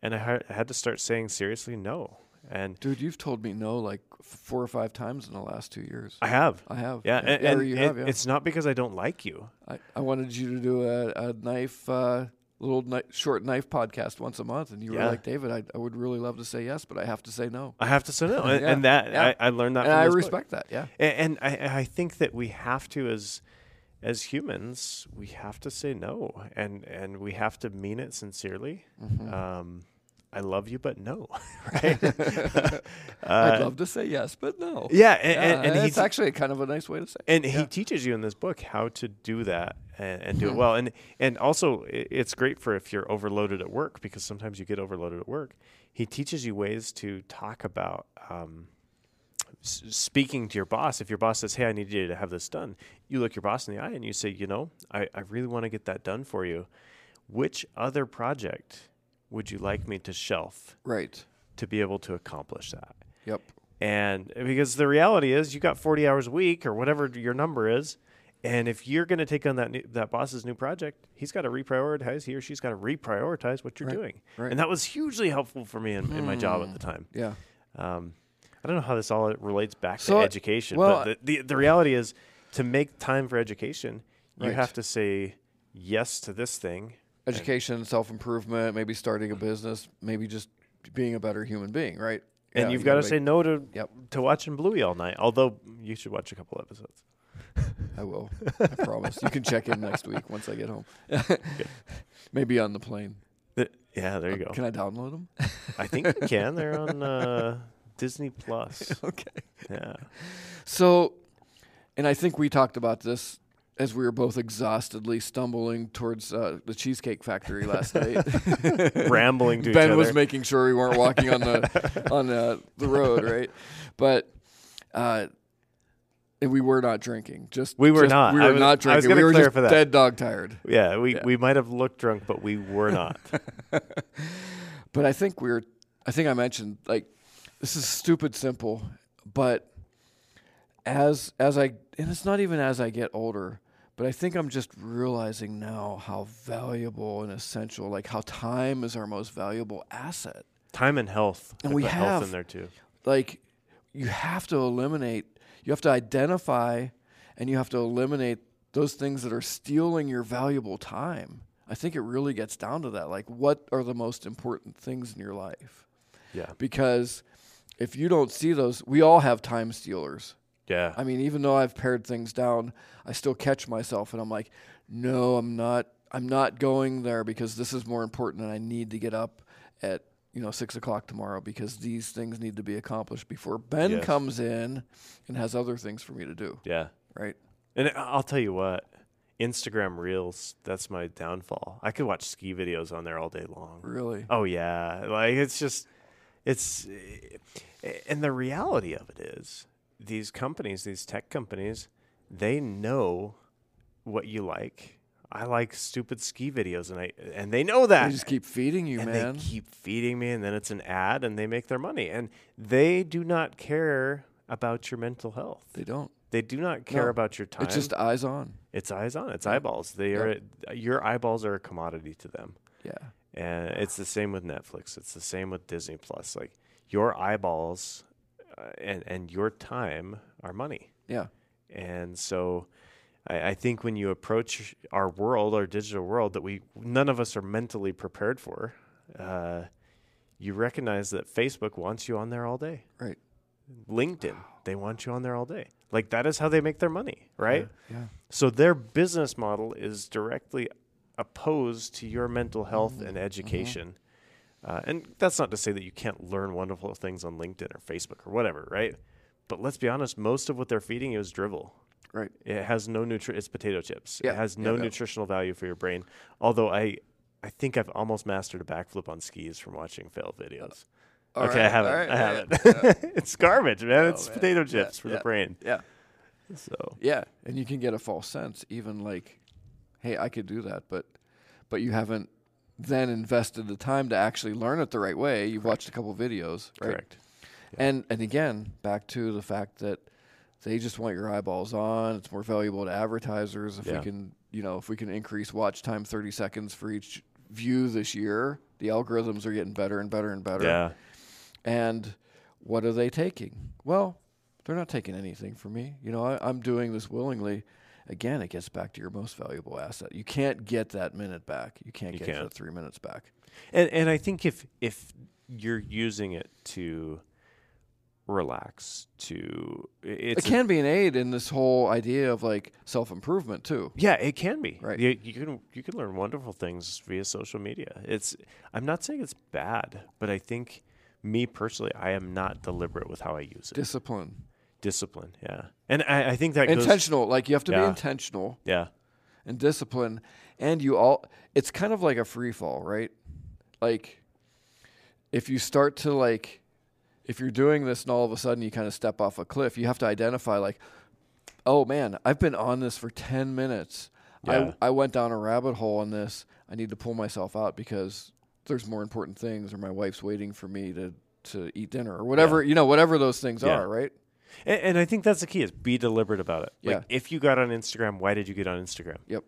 Speaker 2: and I had, I had to start saying seriously no. And
Speaker 1: Dude, you've told me no like f- four or five times in the last two years.
Speaker 2: I have,
Speaker 1: I have.
Speaker 2: yeah, and,
Speaker 1: or
Speaker 2: and
Speaker 1: you
Speaker 2: it-
Speaker 1: have, yeah.
Speaker 2: it's not because I don't like you.
Speaker 1: I, I wanted you to do a, a knife, uh, little kni- short knife podcast once a month, and you were
Speaker 2: Yeah.
Speaker 1: like, David, I, I would really love to say yes, but I have to say no.
Speaker 2: I have to say no, and,
Speaker 1: Yeah,
Speaker 2: and that
Speaker 1: yeah.
Speaker 2: I, I learned that.
Speaker 1: And
Speaker 2: from
Speaker 1: I
Speaker 2: this book.
Speaker 1: respect that. Yeah.
Speaker 2: A- and, I, I think that we have to as as humans we have to say no and and we have to mean it sincerely um i love you but no right
Speaker 1: I'd love to say yes, but no.
Speaker 2: Uh, yeah a- a-
Speaker 1: Yeah,
Speaker 2: and,
Speaker 1: it's
Speaker 2: he's
Speaker 1: actually kind of a nice way to say it.
Speaker 2: and he teaches you in this book how to do that and, and do it well and and also i- it's great for if you're overloaded at work because sometimes you get overloaded at work he teaches you ways to talk about um, s- speaking to your boss if your boss says hey i need you to have this done you look your boss in the eye and you say you know i, I really want to get that done for you which other project would you like me to shelf
Speaker 1: Right.
Speaker 2: to be able to accomplish that
Speaker 1: Yep.
Speaker 2: and because the reality is, you got 40 hours a week or whatever your number is. And if you're going to take on that new, that boss's new project, he's got to reprioritize. He or she's got to reprioritize what you're doing.
Speaker 1: right. Hmm.
Speaker 2: And that was hugely helpful for me in, in my job at the time.
Speaker 1: Yeah.
Speaker 2: Um, I don't know how this all relates back
Speaker 1: So,
Speaker 2: to education,
Speaker 1: well,
Speaker 2: but the, the, the reality is to make time for education, you
Speaker 1: Right.
Speaker 2: have to say yes to this thing.
Speaker 1: Education, self improvement, maybe starting a business, maybe just being a better human being, right?
Speaker 2: And
Speaker 1: Yeah,
Speaker 2: you've
Speaker 1: you
Speaker 2: got to
Speaker 1: make-
Speaker 2: say no to
Speaker 1: Yep.
Speaker 2: to watching Bluey all night. Although you should watch a couple episodes.
Speaker 1: I will. I promise. You can check in next week once I get home. Maybe on the plane.
Speaker 2: Th- Yeah, there you go.
Speaker 1: Can I download them?
Speaker 2: I think you can. They're on uh, Disney Plus.
Speaker 1: okay.
Speaker 2: Yeah.
Speaker 1: So, and I think we talked about this as we were both exhaustedly stumbling towards uh, the Cheesecake Factory last night.
Speaker 2: Rambling to
Speaker 1: ben
Speaker 2: each
Speaker 1: was
Speaker 2: other.
Speaker 1: making sure we weren't walking on the on the, the road, right? But uh, and we were not drinking. Just
Speaker 2: We were
Speaker 1: just-
Speaker 2: not.
Speaker 1: We
Speaker 2: I
Speaker 1: were
Speaker 2: was-
Speaker 1: not
Speaker 2: I was
Speaker 1: drinking.
Speaker 2: gonna
Speaker 1: we were just
Speaker 2: clarify that.
Speaker 1: dead dog tired.
Speaker 2: yeah, we,
Speaker 1: Yeah.
Speaker 2: we might have looked drunk, but we were not.
Speaker 1: But I think we were. I think I mentioned like this is stupid simple, but as as I and it's not even as I get older, but I think I'm just realizing now how valuable and essential, like how time is our most valuable asset.
Speaker 2: Time and health.
Speaker 1: And
Speaker 2: I
Speaker 1: we
Speaker 2: put
Speaker 1: have-
Speaker 2: health in there too.
Speaker 1: like you have to eliminate you have to identify and you have to eliminate those things that are stealing your valuable time i think it really gets down to that like what are the most important things in your life
Speaker 2: Yeah.
Speaker 1: because if you don't see those we all have time stealers
Speaker 2: Yeah.
Speaker 1: I mean, even though I've pared things down, I still catch myself and I'm like, no, I'm not. I'm not going there because this is more important, and I need to get up at you know six o'clock tomorrow because these things need to be accomplished before Ben
Speaker 2: Yes.
Speaker 1: comes in and has other things for me to do.
Speaker 2: yeah.
Speaker 1: Right?
Speaker 2: And I- I'll tell you what, Instagram Reels, that's my downfall. I could watch ski videos on there all day long.
Speaker 1: Really?
Speaker 2: Oh yeah, like it's just it's and the reality of it is these companies, these tech companies, they know what you like. I like stupid ski videos and I and they know
Speaker 1: They
Speaker 2: that.
Speaker 1: just keep feeding you,
Speaker 2: Uh, and
Speaker 1: man.
Speaker 2: they keep feeding me and then it's an ad and they make their money and they do not care about your mental health.
Speaker 1: They don't.
Speaker 2: They do not care
Speaker 1: No.
Speaker 2: about your time.
Speaker 1: It's just eyes on.
Speaker 2: it's eyes on. It's eyeballs. They are your eyeballs are a commodity to them.
Speaker 1: Yeah.
Speaker 2: And it's the same with Netflix. It's the same with Disney Plus. Like your eyeballs uh, and and your time are money.
Speaker 1: Yeah.
Speaker 2: And so I, I think when you approach our world, our digital world that we none of us are mentally prepared for, uh, you recognize that Facebook wants you on there all day.
Speaker 1: Right.
Speaker 2: LinkedIn, they want you on there all day. Like that is how they make their money, right?
Speaker 1: Yeah.
Speaker 2: So their business model is directly opposed to your mental health
Speaker 1: Mm-hmm.
Speaker 2: and education. Uh, and that's not to say that you can't learn wonderful things on LinkedIn or Facebook or whatever, right? But let's be honest, most of what they're feeding you is drivel.
Speaker 1: Right.
Speaker 2: It has no nutri- it's potato chips.
Speaker 1: Yeah,
Speaker 2: It has
Speaker 1: yeah,
Speaker 2: no
Speaker 1: yeah.
Speaker 2: nutritional value for your brain. Although I I think I've almost mastered a backflip on skis from watching fail videos.
Speaker 1: All
Speaker 2: okay, I
Speaker 1: right,
Speaker 2: haven't.
Speaker 1: all right,
Speaker 2: I
Speaker 1: all
Speaker 2: haven't. it's garbage, man. it's
Speaker 1: Oh, man.
Speaker 2: potato
Speaker 1: Yeah,
Speaker 2: chips for
Speaker 1: yeah.
Speaker 2: the brain.
Speaker 1: Yeah.
Speaker 2: So
Speaker 1: Yeah. And you can get a false sense, even like, hey, I could do that, but but you haven't then invested the time to actually learn it the right way. You've watched a couple videos, right?
Speaker 2: correct.
Speaker 1: And and again, back to the fact that they just want your eyeballs on. It's more valuable to advertisers if
Speaker 2: Yeah.
Speaker 1: we can, you know, if we can increase watch time 30 seconds for each view this year. The algorithms are getting better and better and better.
Speaker 2: Yeah.
Speaker 1: And what are they taking? Well, they're not taking anything from me. You know, I, I'm doing this willingly. Again, it gets back to your most valuable asset. You can't get that minute back. You can't
Speaker 2: You
Speaker 1: get
Speaker 2: can't.
Speaker 1: that three minutes back.
Speaker 2: And and I think if if you're using it to relax, to i- it's
Speaker 1: it can be an aid in this whole idea of like self improvement too.
Speaker 2: yeah, it can be.
Speaker 1: Right.
Speaker 2: You, you can you can learn wonderful things via social media. It's I'm not saying it's bad, but I think me personally, I am not deliberate with how I use it.
Speaker 1: Discipline,
Speaker 2: Discipline, yeah. And I, I think that goes
Speaker 1: intentional. Like you have to be
Speaker 2: Yeah.
Speaker 1: intentional
Speaker 2: yeah.
Speaker 1: and discipline, and you all. It's kind of like a free fall, right? Like if you start to like, if you're doing this and all of a sudden you kind of step off a cliff, you have to identify like, oh man, I've been on this for ten minutes.
Speaker 2: Yeah.
Speaker 1: I I went down a rabbit hole on this. I need to pull myself out because there's more important things, or my wife's waiting for me to to eat dinner or whatever you know whatever those things
Speaker 2: Yeah.
Speaker 1: are right
Speaker 2: And, and I think that's the key is be deliberate about it. Like
Speaker 1: Yeah.
Speaker 2: if you got on Instagram, why did you get on Instagram?
Speaker 1: Yep.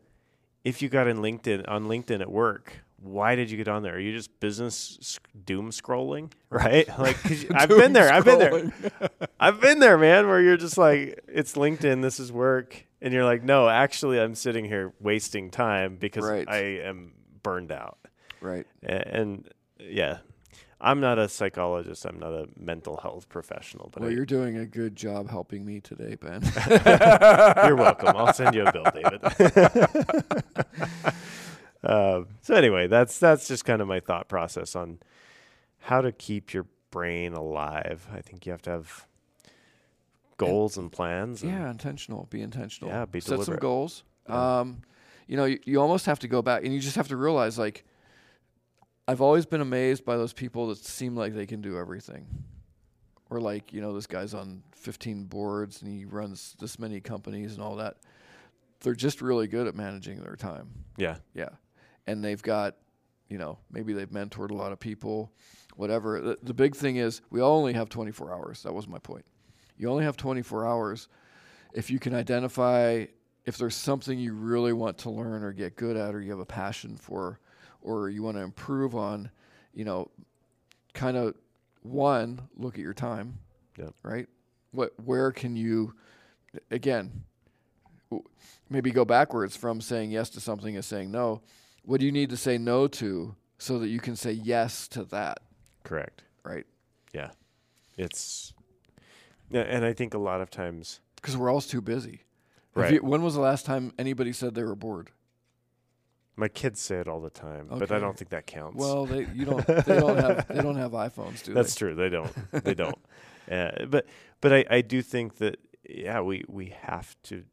Speaker 2: If you got in LinkedIn on LinkedIn at work, why did you get on there? Are you just business sc- doom scrolling, right? Like i I've been there. I've been there. I've been there, man, where you're just like it's LinkedIn, this is work, and you're like, "No, actually I'm sitting here wasting time because
Speaker 1: Right.
Speaker 2: I am burned out."
Speaker 1: Right.
Speaker 2: A- And yeah. I'm not a psychologist. I'm not a mental health professional, but
Speaker 1: Well,
Speaker 2: I,
Speaker 1: you're doing a good job helping me today, Ben.
Speaker 2: You're welcome. I'll send you a bill, David. um, so anyway, that's that's just kind of my thought process on how to keep your brain alive. I think you have to have goals and plans. and-
Speaker 1: yeah, intentional. Be intentional.
Speaker 2: Yeah, be
Speaker 1: Set some
Speaker 2: deliberate.
Speaker 1: goals. Um, you know, you, you almost have to go back, and you just have to realize, like, I've always been amazed by those people that seem like they can do everything, or like, you know, this guy's on 15 boards and he runs this many companies and all that. They're just really good at managing their time.
Speaker 2: yeah,
Speaker 1: Yeah. And they've got, you know, maybe they've mentored a lot of people, whatever. The, the big thing is we all only have 24 hours. That was my point. You only have 24 hours. If you can identify if there's something you really want to learn or get good at or you have a passion for or you want to improve on, you know, kind of one, look at your time.
Speaker 2: Yep.
Speaker 1: Right? What where can you again, maybe go backwards from saying yes to something is saying no. What do you need to say no to so that you can say yes to that,
Speaker 2: correct.
Speaker 1: right?
Speaker 2: Yeah, it's. Yeah, and I think a lot of times,
Speaker 1: Because we're all too busy. Have
Speaker 2: Right.
Speaker 1: you- when was the last time anybody said they were bored?
Speaker 2: my kids say it all the time, but I
Speaker 1: Okay.
Speaker 2: don't think that counts.
Speaker 1: Well, they you don't they don't have they don't have iPhones, do
Speaker 2: That's
Speaker 1: they?
Speaker 2: true. They don't. They don't. Uh, but but I, I do think that yeah we we have to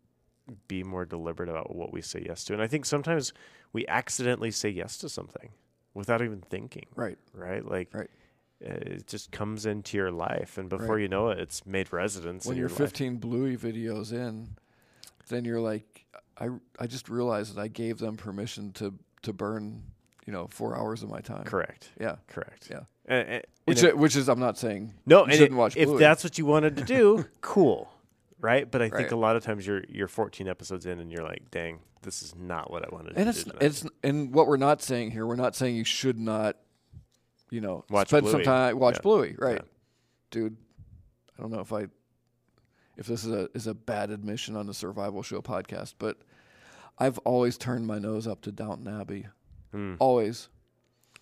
Speaker 2: be more deliberate about what we say yes to, and I think sometimes we accidentally say yes to something without even thinking.
Speaker 1: Right.
Speaker 2: Right. Like.
Speaker 1: Right.
Speaker 2: uh, It just comes into your life, and before
Speaker 1: Right.
Speaker 2: you know it, it's made residence
Speaker 1: When
Speaker 2: in
Speaker 1: you're
Speaker 2: your life.
Speaker 1: 15 Bluey videos in, then you're like, I I just realized that I gave them permission to to burn, you know, four hours of my time.
Speaker 2: Correct,
Speaker 1: Yeah.
Speaker 2: correct.
Speaker 1: Yeah.
Speaker 2: Uh, uh, and
Speaker 1: Which
Speaker 2: if-
Speaker 1: i- which is I'm not saying
Speaker 2: No,
Speaker 1: you
Speaker 2: and
Speaker 1: shouldn't
Speaker 2: it-
Speaker 1: watch
Speaker 2: if
Speaker 1: Bluey.
Speaker 2: that's what you wanted to do, cool, right? But I
Speaker 1: Right.
Speaker 2: think a lot of times you're you're 14 episodes in and you're like, dang, this is not what I wanted
Speaker 1: And
Speaker 2: to
Speaker 1: it's
Speaker 2: do. tonight.
Speaker 1: it's and what we're not saying here, we're not saying you should not, you know,
Speaker 2: Watch
Speaker 1: spend some
Speaker 2: Bluey.
Speaker 1: time watch
Speaker 2: Yeah.
Speaker 1: Bluey, right,
Speaker 2: Yeah.
Speaker 1: dude? I I don't know if I if this is a is a bad admission on the Survival Show podcast, but I've always turned my nose up to Downton Abbey.
Speaker 2: Hmm.
Speaker 1: Always.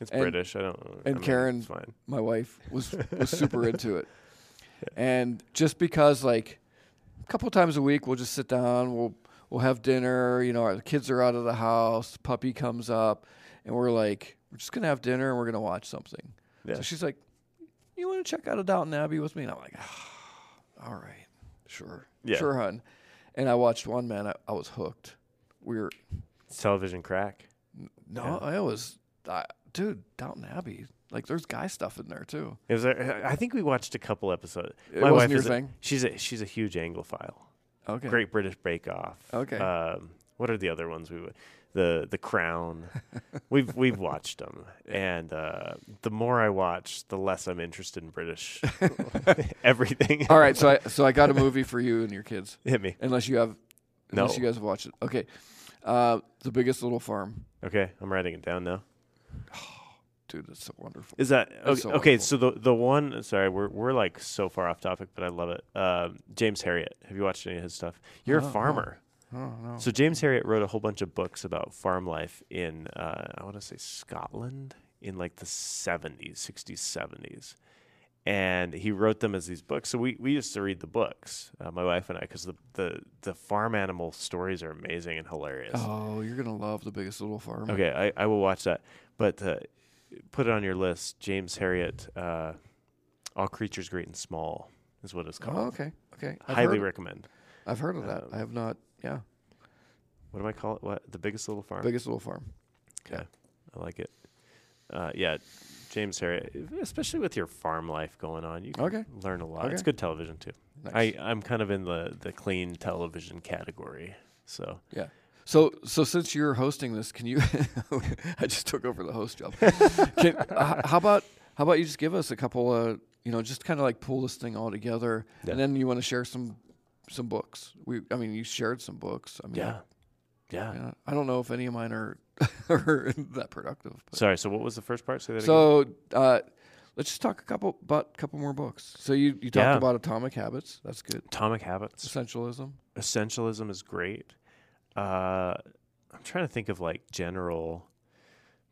Speaker 2: It's
Speaker 1: And-
Speaker 2: British. I don't. I
Speaker 1: and
Speaker 2: mean,
Speaker 1: Karen-
Speaker 2: It's fine.
Speaker 1: my wife was was super into it and just because like a couple times a week we'll just sit down we'll we'll have dinner you know our kids are out of the house puppy comes up and we're like we're just gonna have dinner and we're gonna watch something
Speaker 2: Yeah.
Speaker 1: so she's like you want to check out a downton abbey with me and i'm like "Ah, all right sure
Speaker 2: Yeah.
Speaker 1: sure hun and i watched one man i, I was hooked we were
Speaker 2: It's television crack.
Speaker 1: no
Speaker 2: Yeah.
Speaker 1: i was I, dude downton abbey like there's guy stuff in there too
Speaker 2: It was. uh, I think we watched a couple episodes.
Speaker 1: It wasn't your
Speaker 2: is a-
Speaker 1: thing?
Speaker 2: she's a she's a huge Anglophile.
Speaker 1: okay
Speaker 2: Great British Bake Off.
Speaker 1: Okay.
Speaker 2: Um, what are the other ones we? would- The The Crown. we've we've watched them, and uh, the more I watch, the less I'm interested in British everything.
Speaker 1: All right, so I so I got a movie for you and your kids,
Speaker 2: Hit me.
Speaker 1: unless you have, unless
Speaker 2: No.
Speaker 1: you guys have watched it. Okay, uh, the biggest little farm,
Speaker 2: Okay, I'm writing it down now.
Speaker 1: dude, that's so wonderful.
Speaker 2: Is that okay?
Speaker 1: That's so
Speaker 2: okay
Speaker 1: wonderful.
Speaker 2: so the the one sorry, we're we're like so far off topic, but I love it. Um, James Harriet. Have you watched any of his stuff?
Speaker 1: Oh,
Speaker 2: You're
Speaker 1: No,
Speaker 2: a
Speaker 1: no.
Speaker 2: farmer.
Speaker 1: I don't know.
Speaker 2: So James Herriot wrote a whole bunch of books about farm life in uh, I want to say Scotland in like the 70s, 60s, 70s. And he wrote them as these books. So we, we used to read the books, uh, my wife and I, because the, the, the farm animal stories are amazing and hilarious.
Speaker 1: oh, you're gonna love the biggest little farm.
Speaker 2: Okay, I, I will watch that. But uh, put it on your list. James Herriot, uh, All Creatures Great and Small is what it's
Speaker 1: Oh,
Speaker 2: called.
Speaker 1: okay, okay. I've
Speaker 2: Highly
Speaker 1: heard,
Speaker 2: recommend.
Speaker 1: I've heard of that.
Speaker 2: um,
Speaker 1: I have not. Yeah,
Speaker 2: What am I calling it? What? The Biggest Little Farm?
Speaker 1: biggest little farm.
Speaker 2: I like it. Uh, yeah, James Harriet, especially with your farm life going on, you can
Speaker 1: Okay.
Speaker 2: learn a lot. It's
Speaker 1: Okay.
Speaker 2: good television too.
Speaker 1: Nice.
Speaker 2: I I'm kind of in the the clean television category, so
Speaker 1: so so since you're hosting this, can you? I just took over the host job. can, uh, how about how about you just give us a couple of you know just kind of like pull this thing all together,
Speaker 2: Yeah.
Speaker 1: and then you want to share some some books. We I mean you shared some books. I mean
Speaker 2: yeah, yeah.
Speaker 1: Yeah, I don't know if any of mine are, are that productive. But.
Speaker 2: Sorry. So what was the first part? Say that again.
Speaker 1: So uh, let's just talk a couple about a couple more books. So you, you talked
Speaker 2: Yeah.
Speaker 1: about Atomic Habits. That's good.
Speaker 2: Atomic Habits.
Speaker 1: Essentialism.
Speaker 2: Essentialism is great. Uh, I'm trying to think of like general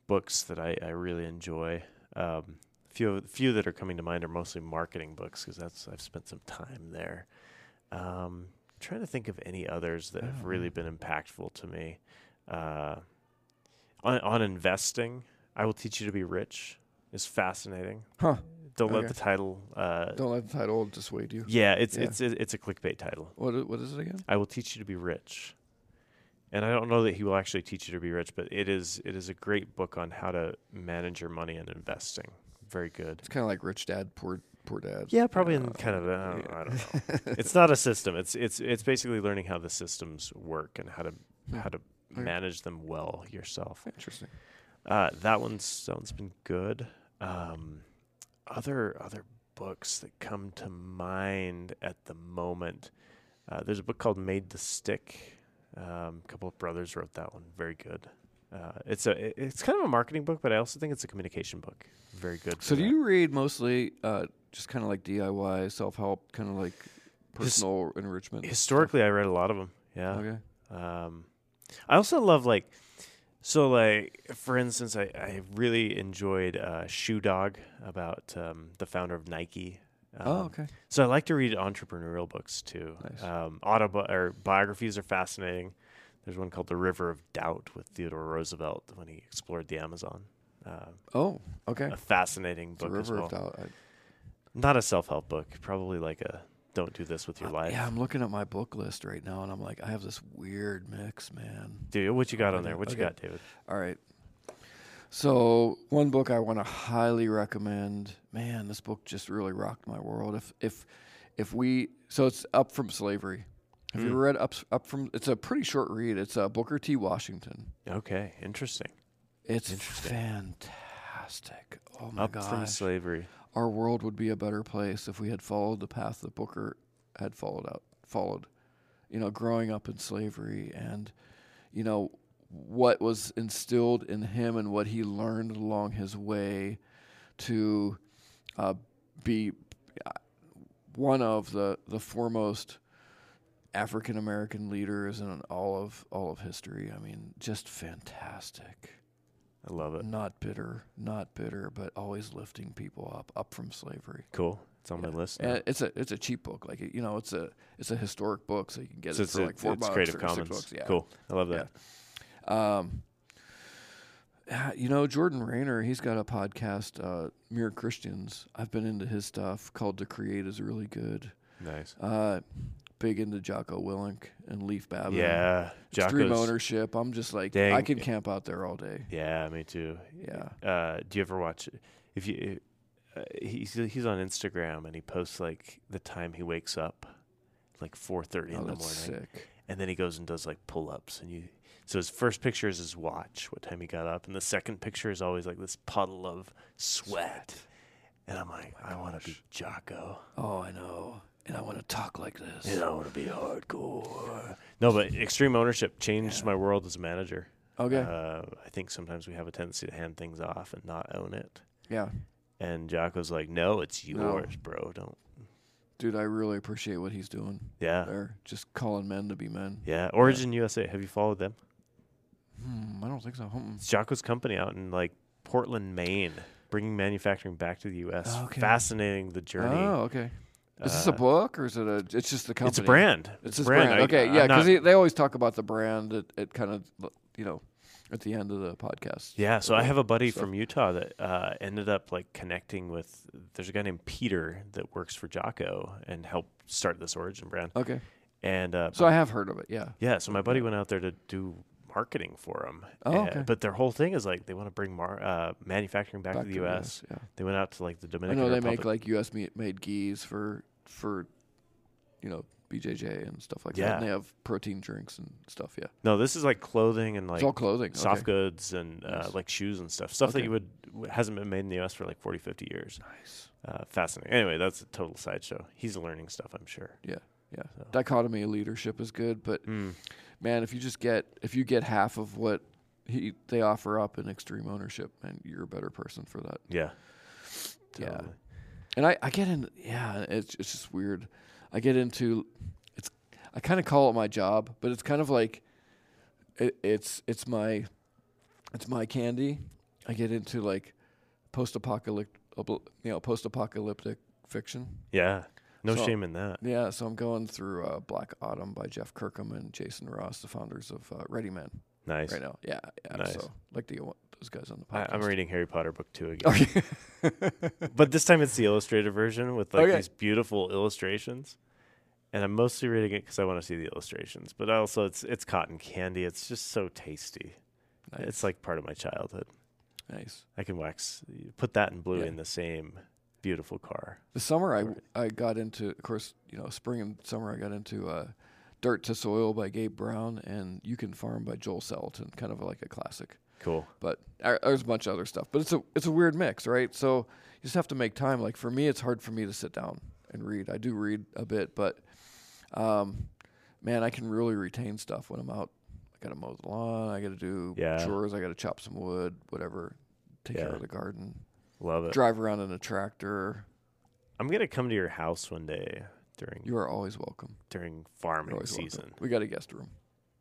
Speaker 2: books that I, I really enjoy. Um, few of- few that are coming to mind are mostly marketing books because that's I've spent some time there. Um, trying to think of any others that have
Speaker 1: Yeah,
Speaker 2: really been impactful to me. Uh, on, on investing, I will teach you to be rich is fascinating.
Speaker 1: Huh.
Speaker 2: Don't
Speaker 1: Okay.
Speaker 2: let the title. Uh,
Speaker 1: Don't let the title dissuade you.
Speaker 2: yeah, it's
Speaker 1: Yeah.
Speaker 2: it's it's a clickbait title.
Speaker 1: What i- what is it again?
Speaker 2: I will teach you to be rich. And I don't know that he will actually teach you to be rich, but it is it is a great book on how to manage your money and investing. Very good.
Speaker 1: It's kind of like Rich Dad Poor Poor Dad.
Speaker 2: Yeah, probably in
Speaker 1: Uh,
Speaker 2: kind of a, I don't, I don't know. it's not a system. It's it's it's basically learning how the systems work and how to
Speaker 1: Hmm.
Speaker 2: how to
Speaker 1: Okay.
Speaker 2: manage them well yourself.
Speaker 1: Interesting.
Speaker 2: Uh, that one's that one's been good. Um, other other books that come to mind at the moment. Uh, there's a book called Made to Stick. Um, a couple of brothers wrote that one. Very good. Uh, it's a it- it's kind of a marketing book, but I also think it's a communication book. Very good.
Speaker 1: So
Speaker 2: for
Speaker 1: do
Speaker 2: that.
Speaker 1: you read mostly uh, just kind of like DIY self help, kind of like personal enrichment?
Speaker 2: historically? I read a lot of them. Yeah.
Speaker 1: Okay.
Speaker 2: Um, I also love like, so like for instance, I, I really enjoyed uh, Shoe Dog about um, the founder of Nike. Um,
Speaker 1: oh, okay.
Speaker 2: So I like to read entrepreneurial books too.
Speaker 1: Nice.
Speaker 2: Um, autobi- or biographies are fascinating. There's one called The River of Doubt with Theodore Roosevelt when he explored the Amazon. Uh,
Speaker 1: Oh, okay.
Speaker 2: a fascinating
Speaker 1: The
Speaker 2: book as
Speaker 1: River
Speaker 2: well.
Speaker 1: of Doubt. I-
Speaker 2: Not a self-help book, probably like a "Don't do this with your
Speaker 1: Uh,
Speaker 2: life."
Speaker 1: Yeah, I'm looking at my book list right now, and I'm like, I have this weird mix, man.
Speaker 2: Dude, what you got
Speaker 1: Oh,
Speaker 2: on
Speaker 1: yeah.
Speaker 2: there? What
Speaker 1: Okay.
Speaker 2: you got, David?
Speaker 1: All right. So one book I want to highly recommend. Man, this book just really rocked my world. If if if we so it's up from slavery. Have you
Speaker 2: Hmm.
Speaker 1: ever read up up from? It's a pretty short read. It's uh, Booker T. Washington.
Speaker 2: Okay, interesting.
Speaker 1: It's
Speaker 2: Interesting.
Speaker 1: fantastic. Oh my
Speaker 2: Up from
Speaker 1: gosh,
Speaker 2: slavery.
Speaker 1: our world would be a better place if we had followed the path that Booker had followed out followed. You know, growing up in slavery and you know what was instilled in him and what he learned along his way to uh, be one of the the foremost African American leaders in all of all of history. I mean, just fantastic.
Speaker 2: I love it.
Speaker 1: Not bitter, not bitter, but always lifting people up, up from slavery.
Speaker 2: Cool. It's on my list. now.
Speaker 1: And it's a it's a cheap book, like you know, it's a it's a historic book, so you can get
Speaker 2: So
Speaker 1: it for
Speaker 2: a-
Speaker 1: like four bucks
Speaker 2: Creative
Speaker 1: or
Speaker 2: Commons.
Speaker 1: six bucks. Yeah,
Speaker 2: Cool. I love that.
Speaker 1: Um, ah, you know, Jordan Rayner, he's got a podcast, uh, Mere Christians. I've been into his stuff called The Create is really good.
Speaker 2: Nice.
Speaker 1: Uh, big into Jocko Willink and Leaf Babin.
Speaker 2: Yeah.
Speaker 1: Dream
Speaker 2: Jocko's.
Speaker 1: ownership. I'm just like,
Speaker 2: Dang.
Speaker 1: I could camp out there all day.
Speaker 2: Yeah, me too.
Speaker 1: Yeah.
Speaker 2: Uh, do you ever watch? If you, uh, he's he's on Instagram and he posts like the time he wakes up, like four thirty
Speaker 1: Oh,
Speaker 2: in the morning,
Speaker 1: that's sick.
Speaker 2: and then he goes and does like pull ups and you. So his first picture is his watch, what time he got up, and the second picture is always like this puddle of sweat. And I'm like, I want to be Jocko.
Speaker 1: Oh, I know. And I want to talk like this.
Speaker 2: And I want to be hardcore. No, but extreme ownership changed my world as a manager.
Speaker 1: Okay.
Speaker 2: Uh, I think sometimes we have a tendency to hand things off and not own it.
Speaker 1: yeah.
Speaker 2: And Jocko's like, no, it's
Speaker 1: No.
Speaker 2: yours, bro. Don't.
Speaker 1: Dude, I really appreciate what he's doing
Speaker 2: Yeah.
Speaker 1: there. Just calling men to be men.
Speaker 2: Uh. Yeah. Origin USA. Have you followed them?
Speaker 1: Hmm, I don't think so. Hmm.
Speaker 2: It's Jocko's company out in like Portland, Maine, bringing manufacturing back to the U.S.
Speaker 1: Okay.
Speaker 2: Fascinating the journey.
Speaker 1: Oh, okay. Is this a
Speaker 2: Uh,
Speaker 1: book or is it a? It's just the company.
Speaker 2: It's a brand.
Speaker 1: It's,
Speaker 2: a
Speaker 1: a brand.
Speaker 2: I-
Speaker 1: okay,
Speaker 2: I'm
Speaker 1: yeah,
Speaker 2: not-
Speaker 1: because they always talk about the brand at, at kind of you know at the end of the podcast.
Speaker 2: Yeah, so I have a buddy
Speaker 1: So-
Speaker 2: from Utah that uh, ended up like connecting with. There's a guy named Peter that works for Jocko and helped start this Origin brand.
Speaker 1: Okay,
Speaker 2: And uh,
Speaker 1: so I have heard of it. Yeah.
Speaker 2: yeah, so my buddy went out there to do marketing for him.
Speaker 1: Oh, okay.
Speaker 2: But their whole thing is like they want to bring mar- uh, manufacturing back, to the U.S.
Speaker 1: Yeah.
Speaker 2: They went out to like the
Speaker 1: I
Speaker 2: Dominican
Speaker 1: know they
Speaker 2: Republic.
Speaker 1: make like U.S. me- made geese for for you know BJJ and stuff like that.
Speaker 2: Yeah.
Speaker 1: And they have protein drinks and stuff. Yeah.
Speaker 2: no, this is like clothing and like
Speaker 1: it's all clothing.
Speaker 2: soft
Speaker 1: okay.
Speaker 2: goods and uh,
Speaker 1: Nice.
Speaker 2: like shoes and stuff. Stuff that
Speaker 1: Okay.
Speaker 2: you would w- hasn't been made in the U.S. for like 40, 50 years.
Speaker 1: Nice.
Speaker 2: Uh, fascinating. Anyway, that's a total sideshow. He's learning stuff, I'm sure.
Speaker 1: Yeah.
Speaker 2: So.
Speaker 1: Dichotomy of leadership is good, but
Speaker 2: Mm.
Speaker 1: man, if you just get if you get half of what he they offer up in extreme ownership, man, you're a better person for that.
Speaker 2: Yeah.
Speaker 1: Yeah. And I, I get in, yeah, it's, it's just weird. I get into, it's, I kind of call it my job, but it's kind of like, it, it's, it's my, it's my candy. I get into like post-apocalyptic, you know, post-apocalyptic fiction.
Speaker 2: Yeah. No
Speaker 1: So-
Speaker 2: shame in that.
Speaker 1: Yeah, so I'm going through uh, Black Autumn by Jeff Kirkham and Jason Ross, the founders of uh, Ready Man,
Speaker 2: Nice.
Speaker 1: right now. Yeah, yeah.
Speaker 2: Nice.
Speaker 1: So like to get one, those guys on the
Speaker 2: I,
Speaker 1: podcast.
Speaker 2: I'm reading Harry Potter book two again.
Speaker 1: Okay.
Speaker 2: but this time it's the illustrated version with like
Speaker 1: Okay.
Speaker 2: these beautiful illustrations. And I'm mostly reading it because I want to see the illustrations. But also, it's it's cotton candy. It's just so tasty.
Speaker 1: nice.
Speaker 2: It's like part of my childhood.
Speaker 1: nice.
Speaker 2: I can wax, put that in blue
Speaker 1: Yeah.
Speaker 2: in the same beautiful car.
Speaker 1: The summer I,
Speaker 2: Alright.
Speaker 1: I got into, of course, you know, spring and summer I got into uh, Dirt to Soil by Gabe Brown and You Can Farm by Joel Salatin, kind of like a classic.
Speaker 2: Cool.
Speaker 1: But uh, there's a bunch of other stuff. But it's a it's a weird mix, right? So you just have to make time. Like for me, it's hard for me to sit down and read. I do read a bit, but um, man, I can really retain stuff when I'm out. I got to mow the lawn. I got to do
Speaker 2: Yeah.
Speaker 1: chores. I got to chop some wood, whatever. Take care
Speaker 2: Yeah.
Speaker 1: of the garden.
Speaker 2: Love it.
Speaker 1: Drive around in a tractor.
Speaker 2: I'm gonna come to your house one day during
Speaker 1: You are always welcome.
Speaker 2: during farming
Speaker 1: always welcome.
Speaker 2: season.
Speaker 1: We got a guest room.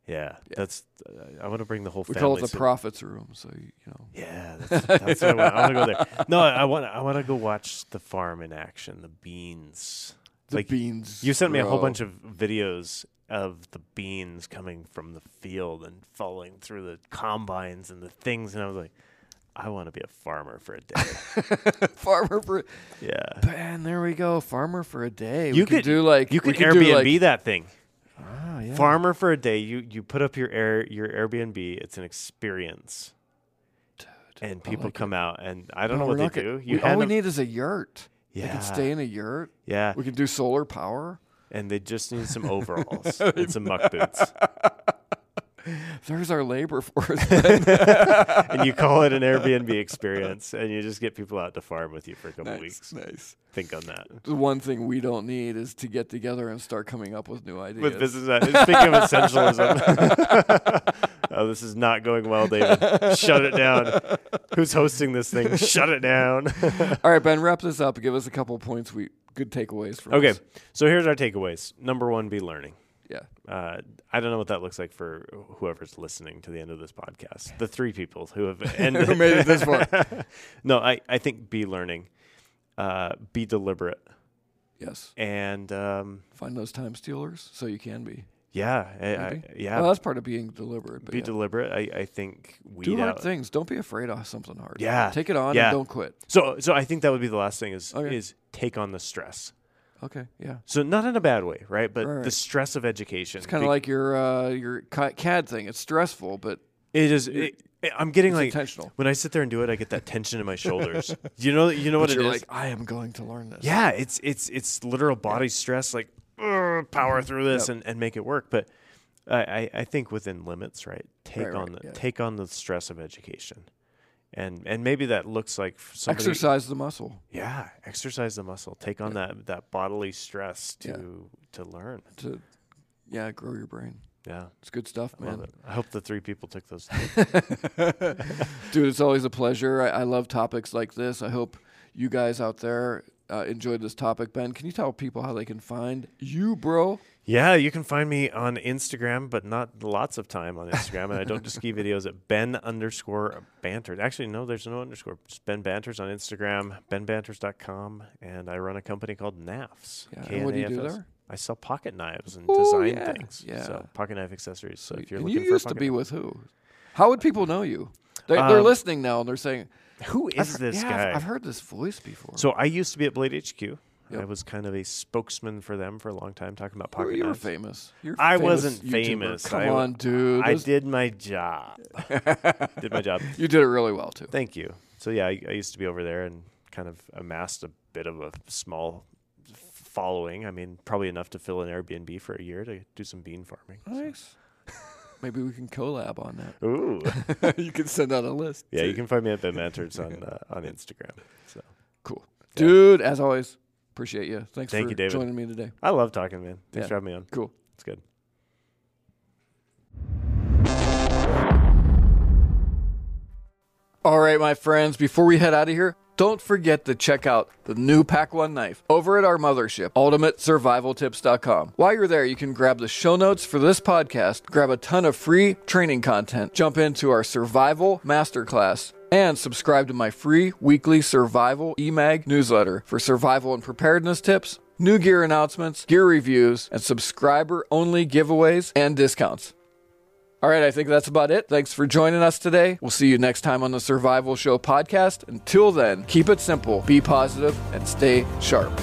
Speaker 2: Yeah,
Speaker 1: Yeah.
Speaker 2: that's. uh, I want to bring the whole.
Speaker 1: We
Speaker 2: family
Speaker 1: call it the
Speaker 2: so-
Speaker 1: profits room. So you you know,
Speaker 2: Yeah, that's, that's what I want. I want to go there. No, I want. I want to go watch the farm in action. The beans.
Speaker 1: the
Speaker 2: Like,
Speaker 1: beans.
Speaker 2: You sent me a whole bunch of videos of the beans coming from the field and falling through the combines and the things, and I was like, I want to be a farmer for a day.
Speaker 1: farmer for.
Speaker 2: yeah.
Speaker 1: Man, there we go. Farmer for a day.
Speaker 2: You
Speaker 1: we could,
Speaker 2: could-
Speaker 1: do like
Speaker 2: You
Speaker 1: we
Speaker 2: could
Speaker 1: could do
Speaker 2: Airbnb
Speaker 1: like,
Speaker 2: that thing.
Speaker 1: Ah, yeah.
Speaker 2: Farmer for a day. You you put up your air your Airbnb. It's an experience, and
Speaker 1: I
Speaker 2: people
Speaker 1: like it.
Speaker 2: come out, and I don't
Speaker 1: No,
Speaker 2: know
Speaker 1: we're
Speaker 2: what they
Speaker 1: not gonna-
Speaker 2: do.
Speaker 1: we-
Speaker 2: You
Speaker 1: all
Speaker 2: hand
Speaker 1: we
Speaker 2: them-
Speaker 1: need is a yurt. They
Speaker 2: Yeah.
Speaker 1: can stay in a yurt.
Speaker 2: yeah,
Speaker 1: We can do solar power.
Speaker 2: and they just need some overalls and some muck boots,
Speaker 1: There's our labor force.
Speaker 2: and you call it an Airbnb experience, and you just get people out to farm with you for a couple weeks.
Speaker 1: nice.
Speaker 2: Think on that.
Speaker 1: The one thing we don't need is to get together and start coming up with new ideas.
Speaker 2: But this is uh, speaking of essentialism. oh, this is not going well, David. Shut it down. Who's hosting this thing? Shut it down.
Speaker 1: All right, Ben, wrap this up. Give us a couple points we good takeaways from
Speaker 2: Okay,
Speaker 1: us.
Speaker 2: so here's our takeaways. Number one, be learning.
Speaker 1: Yeah.
Speaker 2: Uh, I don't know what that looks like for whoever's listening to the end of this podcast. The three people who have ended.
Speaker 1: Who made it this far.
Speaker 2: no, I, I think be learning, uh, be deliberate,
Speaker 1: Yes.
Speaker 2: and um,
Speaker 1: Find those time stealers so you can be.
Speaker 2: yeah, I, I,
Speaker 1: Maybe.
Speaker 2: yeah,
Speaker 1: Well, that's part of being deliberate. But
Speaker 2: be
Speaker 1: yeah.
Speaker 2: deliberate. I, I think weed
Speaker 1: Do hard
Speaker 2: out.
Speaker 1: things. Don't be afraid of something hard.
Speaker 2: Yeah.
Speaker 1: Take it on
Speaker 2: Yeah.
Speaker 1: and don't quit.
Speaker 2: So so I think that would be the last thing is
Speaker 1: Okay.
Speaker 2: is take on the stress.
Speaker 1: Okay. Yeah.
Speaker 2: So not in a bad way, right? But
Speaker 1: Right.
Speaker 2: the stress of education.
Speaker 1: It's kind of like your uh, your ca- CAD thing. It's stressful, but
Speaker 2: it is. It, I'm getting
Speaker 1: it's
Speaker 2: like
Speaker 1: intentional.
Speaker 2: when I sit there and do it, I get that tension in my shoulders. you know, you know what
Speaker 1: But
Speaker 2: it
Speaker 1: you're
Speaker 2: is.
Speaker 1: like, I am going to learn this.
Speaker 2: yeah, it's it's it's literal body stress. Like "Ugh, power
Speaker 1: Mm-hmm.
Speaker 2: through this and, and make it work. But I, I, I think within limits, right? Take
Speaker 1: Right,
Speaker 2: on
Speaker 1: right,
Speaker 2: the
Speaker 1: yeah.
Speaker 2: take on the stress of education, and and maybe that looks like f- somebody.
Speaker 1: Exercise the muscle
Speaker 2: Yeah, exercise the muscle. Take on that that bodily stress to
Speaker 1: Yeah.
Speaker 2: to learn.
Speaker 1: to, yeah, grow your brain.
Speaker 2: Yeah.
Speaker 1: It's good stuff,
Speaker 2: I love
Speaker 1: man.
Speaker 2: it. I hope the three people took those.
Speaker 1: Dude, it's always a pleasure. I, I love topics like this. I hope you guys out there uh, enjoyed this topic. Ben, can you tell people how they can find you, bro?
Speaker 2: yeah, you can find me on Instagram, but not lots of time on Instagram. And I don't just ski videos at Ben underscore banters. Actually, no, there's no underscore. Just Ben Banters on Instagram, benbanters.com. And I run a company called NAFS.
Speaker 1: Yeah, and what do you do
Speaker 2: K-N-A-F-S.
Speaker 1: there?
Speaker 2: I sell pocket knives and
Speaker 1: Ooh,
Speaker 2: design
Speaker 1: yeah,
Speaker 2: things.
Speaker 1: yeah.
Speaker 2: So pocket knife accessories. So if you're
Speaker 1: and
Speaker 2: looking
Speaker 1: you
Speaker 2: for a
Speaker 1: used to
Speaker 2: pocket
Speaker 1: be
Speaker 2: knife-
Speaker 1: with who? How would people know you? They, they're
Speaker 2: Um,
Speaker 1: listening now and they're saying,
Speaker 2: who
Speaker 1: I've
Speaker 2: is
Speaker 1: heard-
Speaker 2: this
Speaker 1: yeah,
Speaker 2: guy?
Speaker 1: I've, I've heard this voice before.
Speaker 2: So I used to be at Blade HQ. I
Speaker 1: Yep.
Speaker 2: was kind of a spokesman for them for a long time, talking about
Speaker 1: Who are-
Speaker 2: pocket
Speaker 1: you were
Speaker 2: knives.
Speaker 1: famous. You're a
Speaker 2: I
Speaker 1: famous
Speaker 2: wasn't
Speaker 1: YouTuber.
Speaker 2: famous.
Speaker 1: Come
Speaker 2: I-
Speaker 1: on, dude.
Speaker 2: I
Speaker 1: Those-
Speaker 2: did my job. did my job.
Speaker 1: You did it really well too.
Speaker 2: Thank you. So yeah, I, I used to be over there and kind of amassed a bit of a small f- following. I mean, probably enough to fill an Airbnb for a year to do some bean farming.
Speaker 1: Nice. Maybe we can collab on that.
Speaker 2: Ooh.
Speaker 1: you can send out a list.
Speaker 2: yeah, you can find me at Ben Manters on uh, on Instagram. So
Speaker 1: Cool.
Speaker 2: Yeah.
Speaker 1: Dude, as always, appreciate you. Thanks
Speaker 2: Thank
Speaker 1: for
Speaker 2: you, David.
Speaker 1: joining me today.
Speaker 2: I love talking, man. Thanks
Speaker 1: Yeah.
Speaker 2: for having me on.
Speaker 1: Cool.
Speaker 2: It's good.
Speaker 1: All right, my friends, before we head out of here, don't forget to check out the new Pack One knife over at our mothership, ultimatesurvivaltips.com. While you're there, you can grab the show notes for this podcast, grab a ton of free training content, jump into our survival masterclass, and subscribe to my free weekly survival emag newsletter for survival and preparedness tips, new gear announcements, gear reviews, and subscriber only giveaways and discounts. All right, I think that's about it. Thanks for joining us today. We'll see you next time on the Survival Show podcast. Until then, keep it simple, be positive, and stay sharp.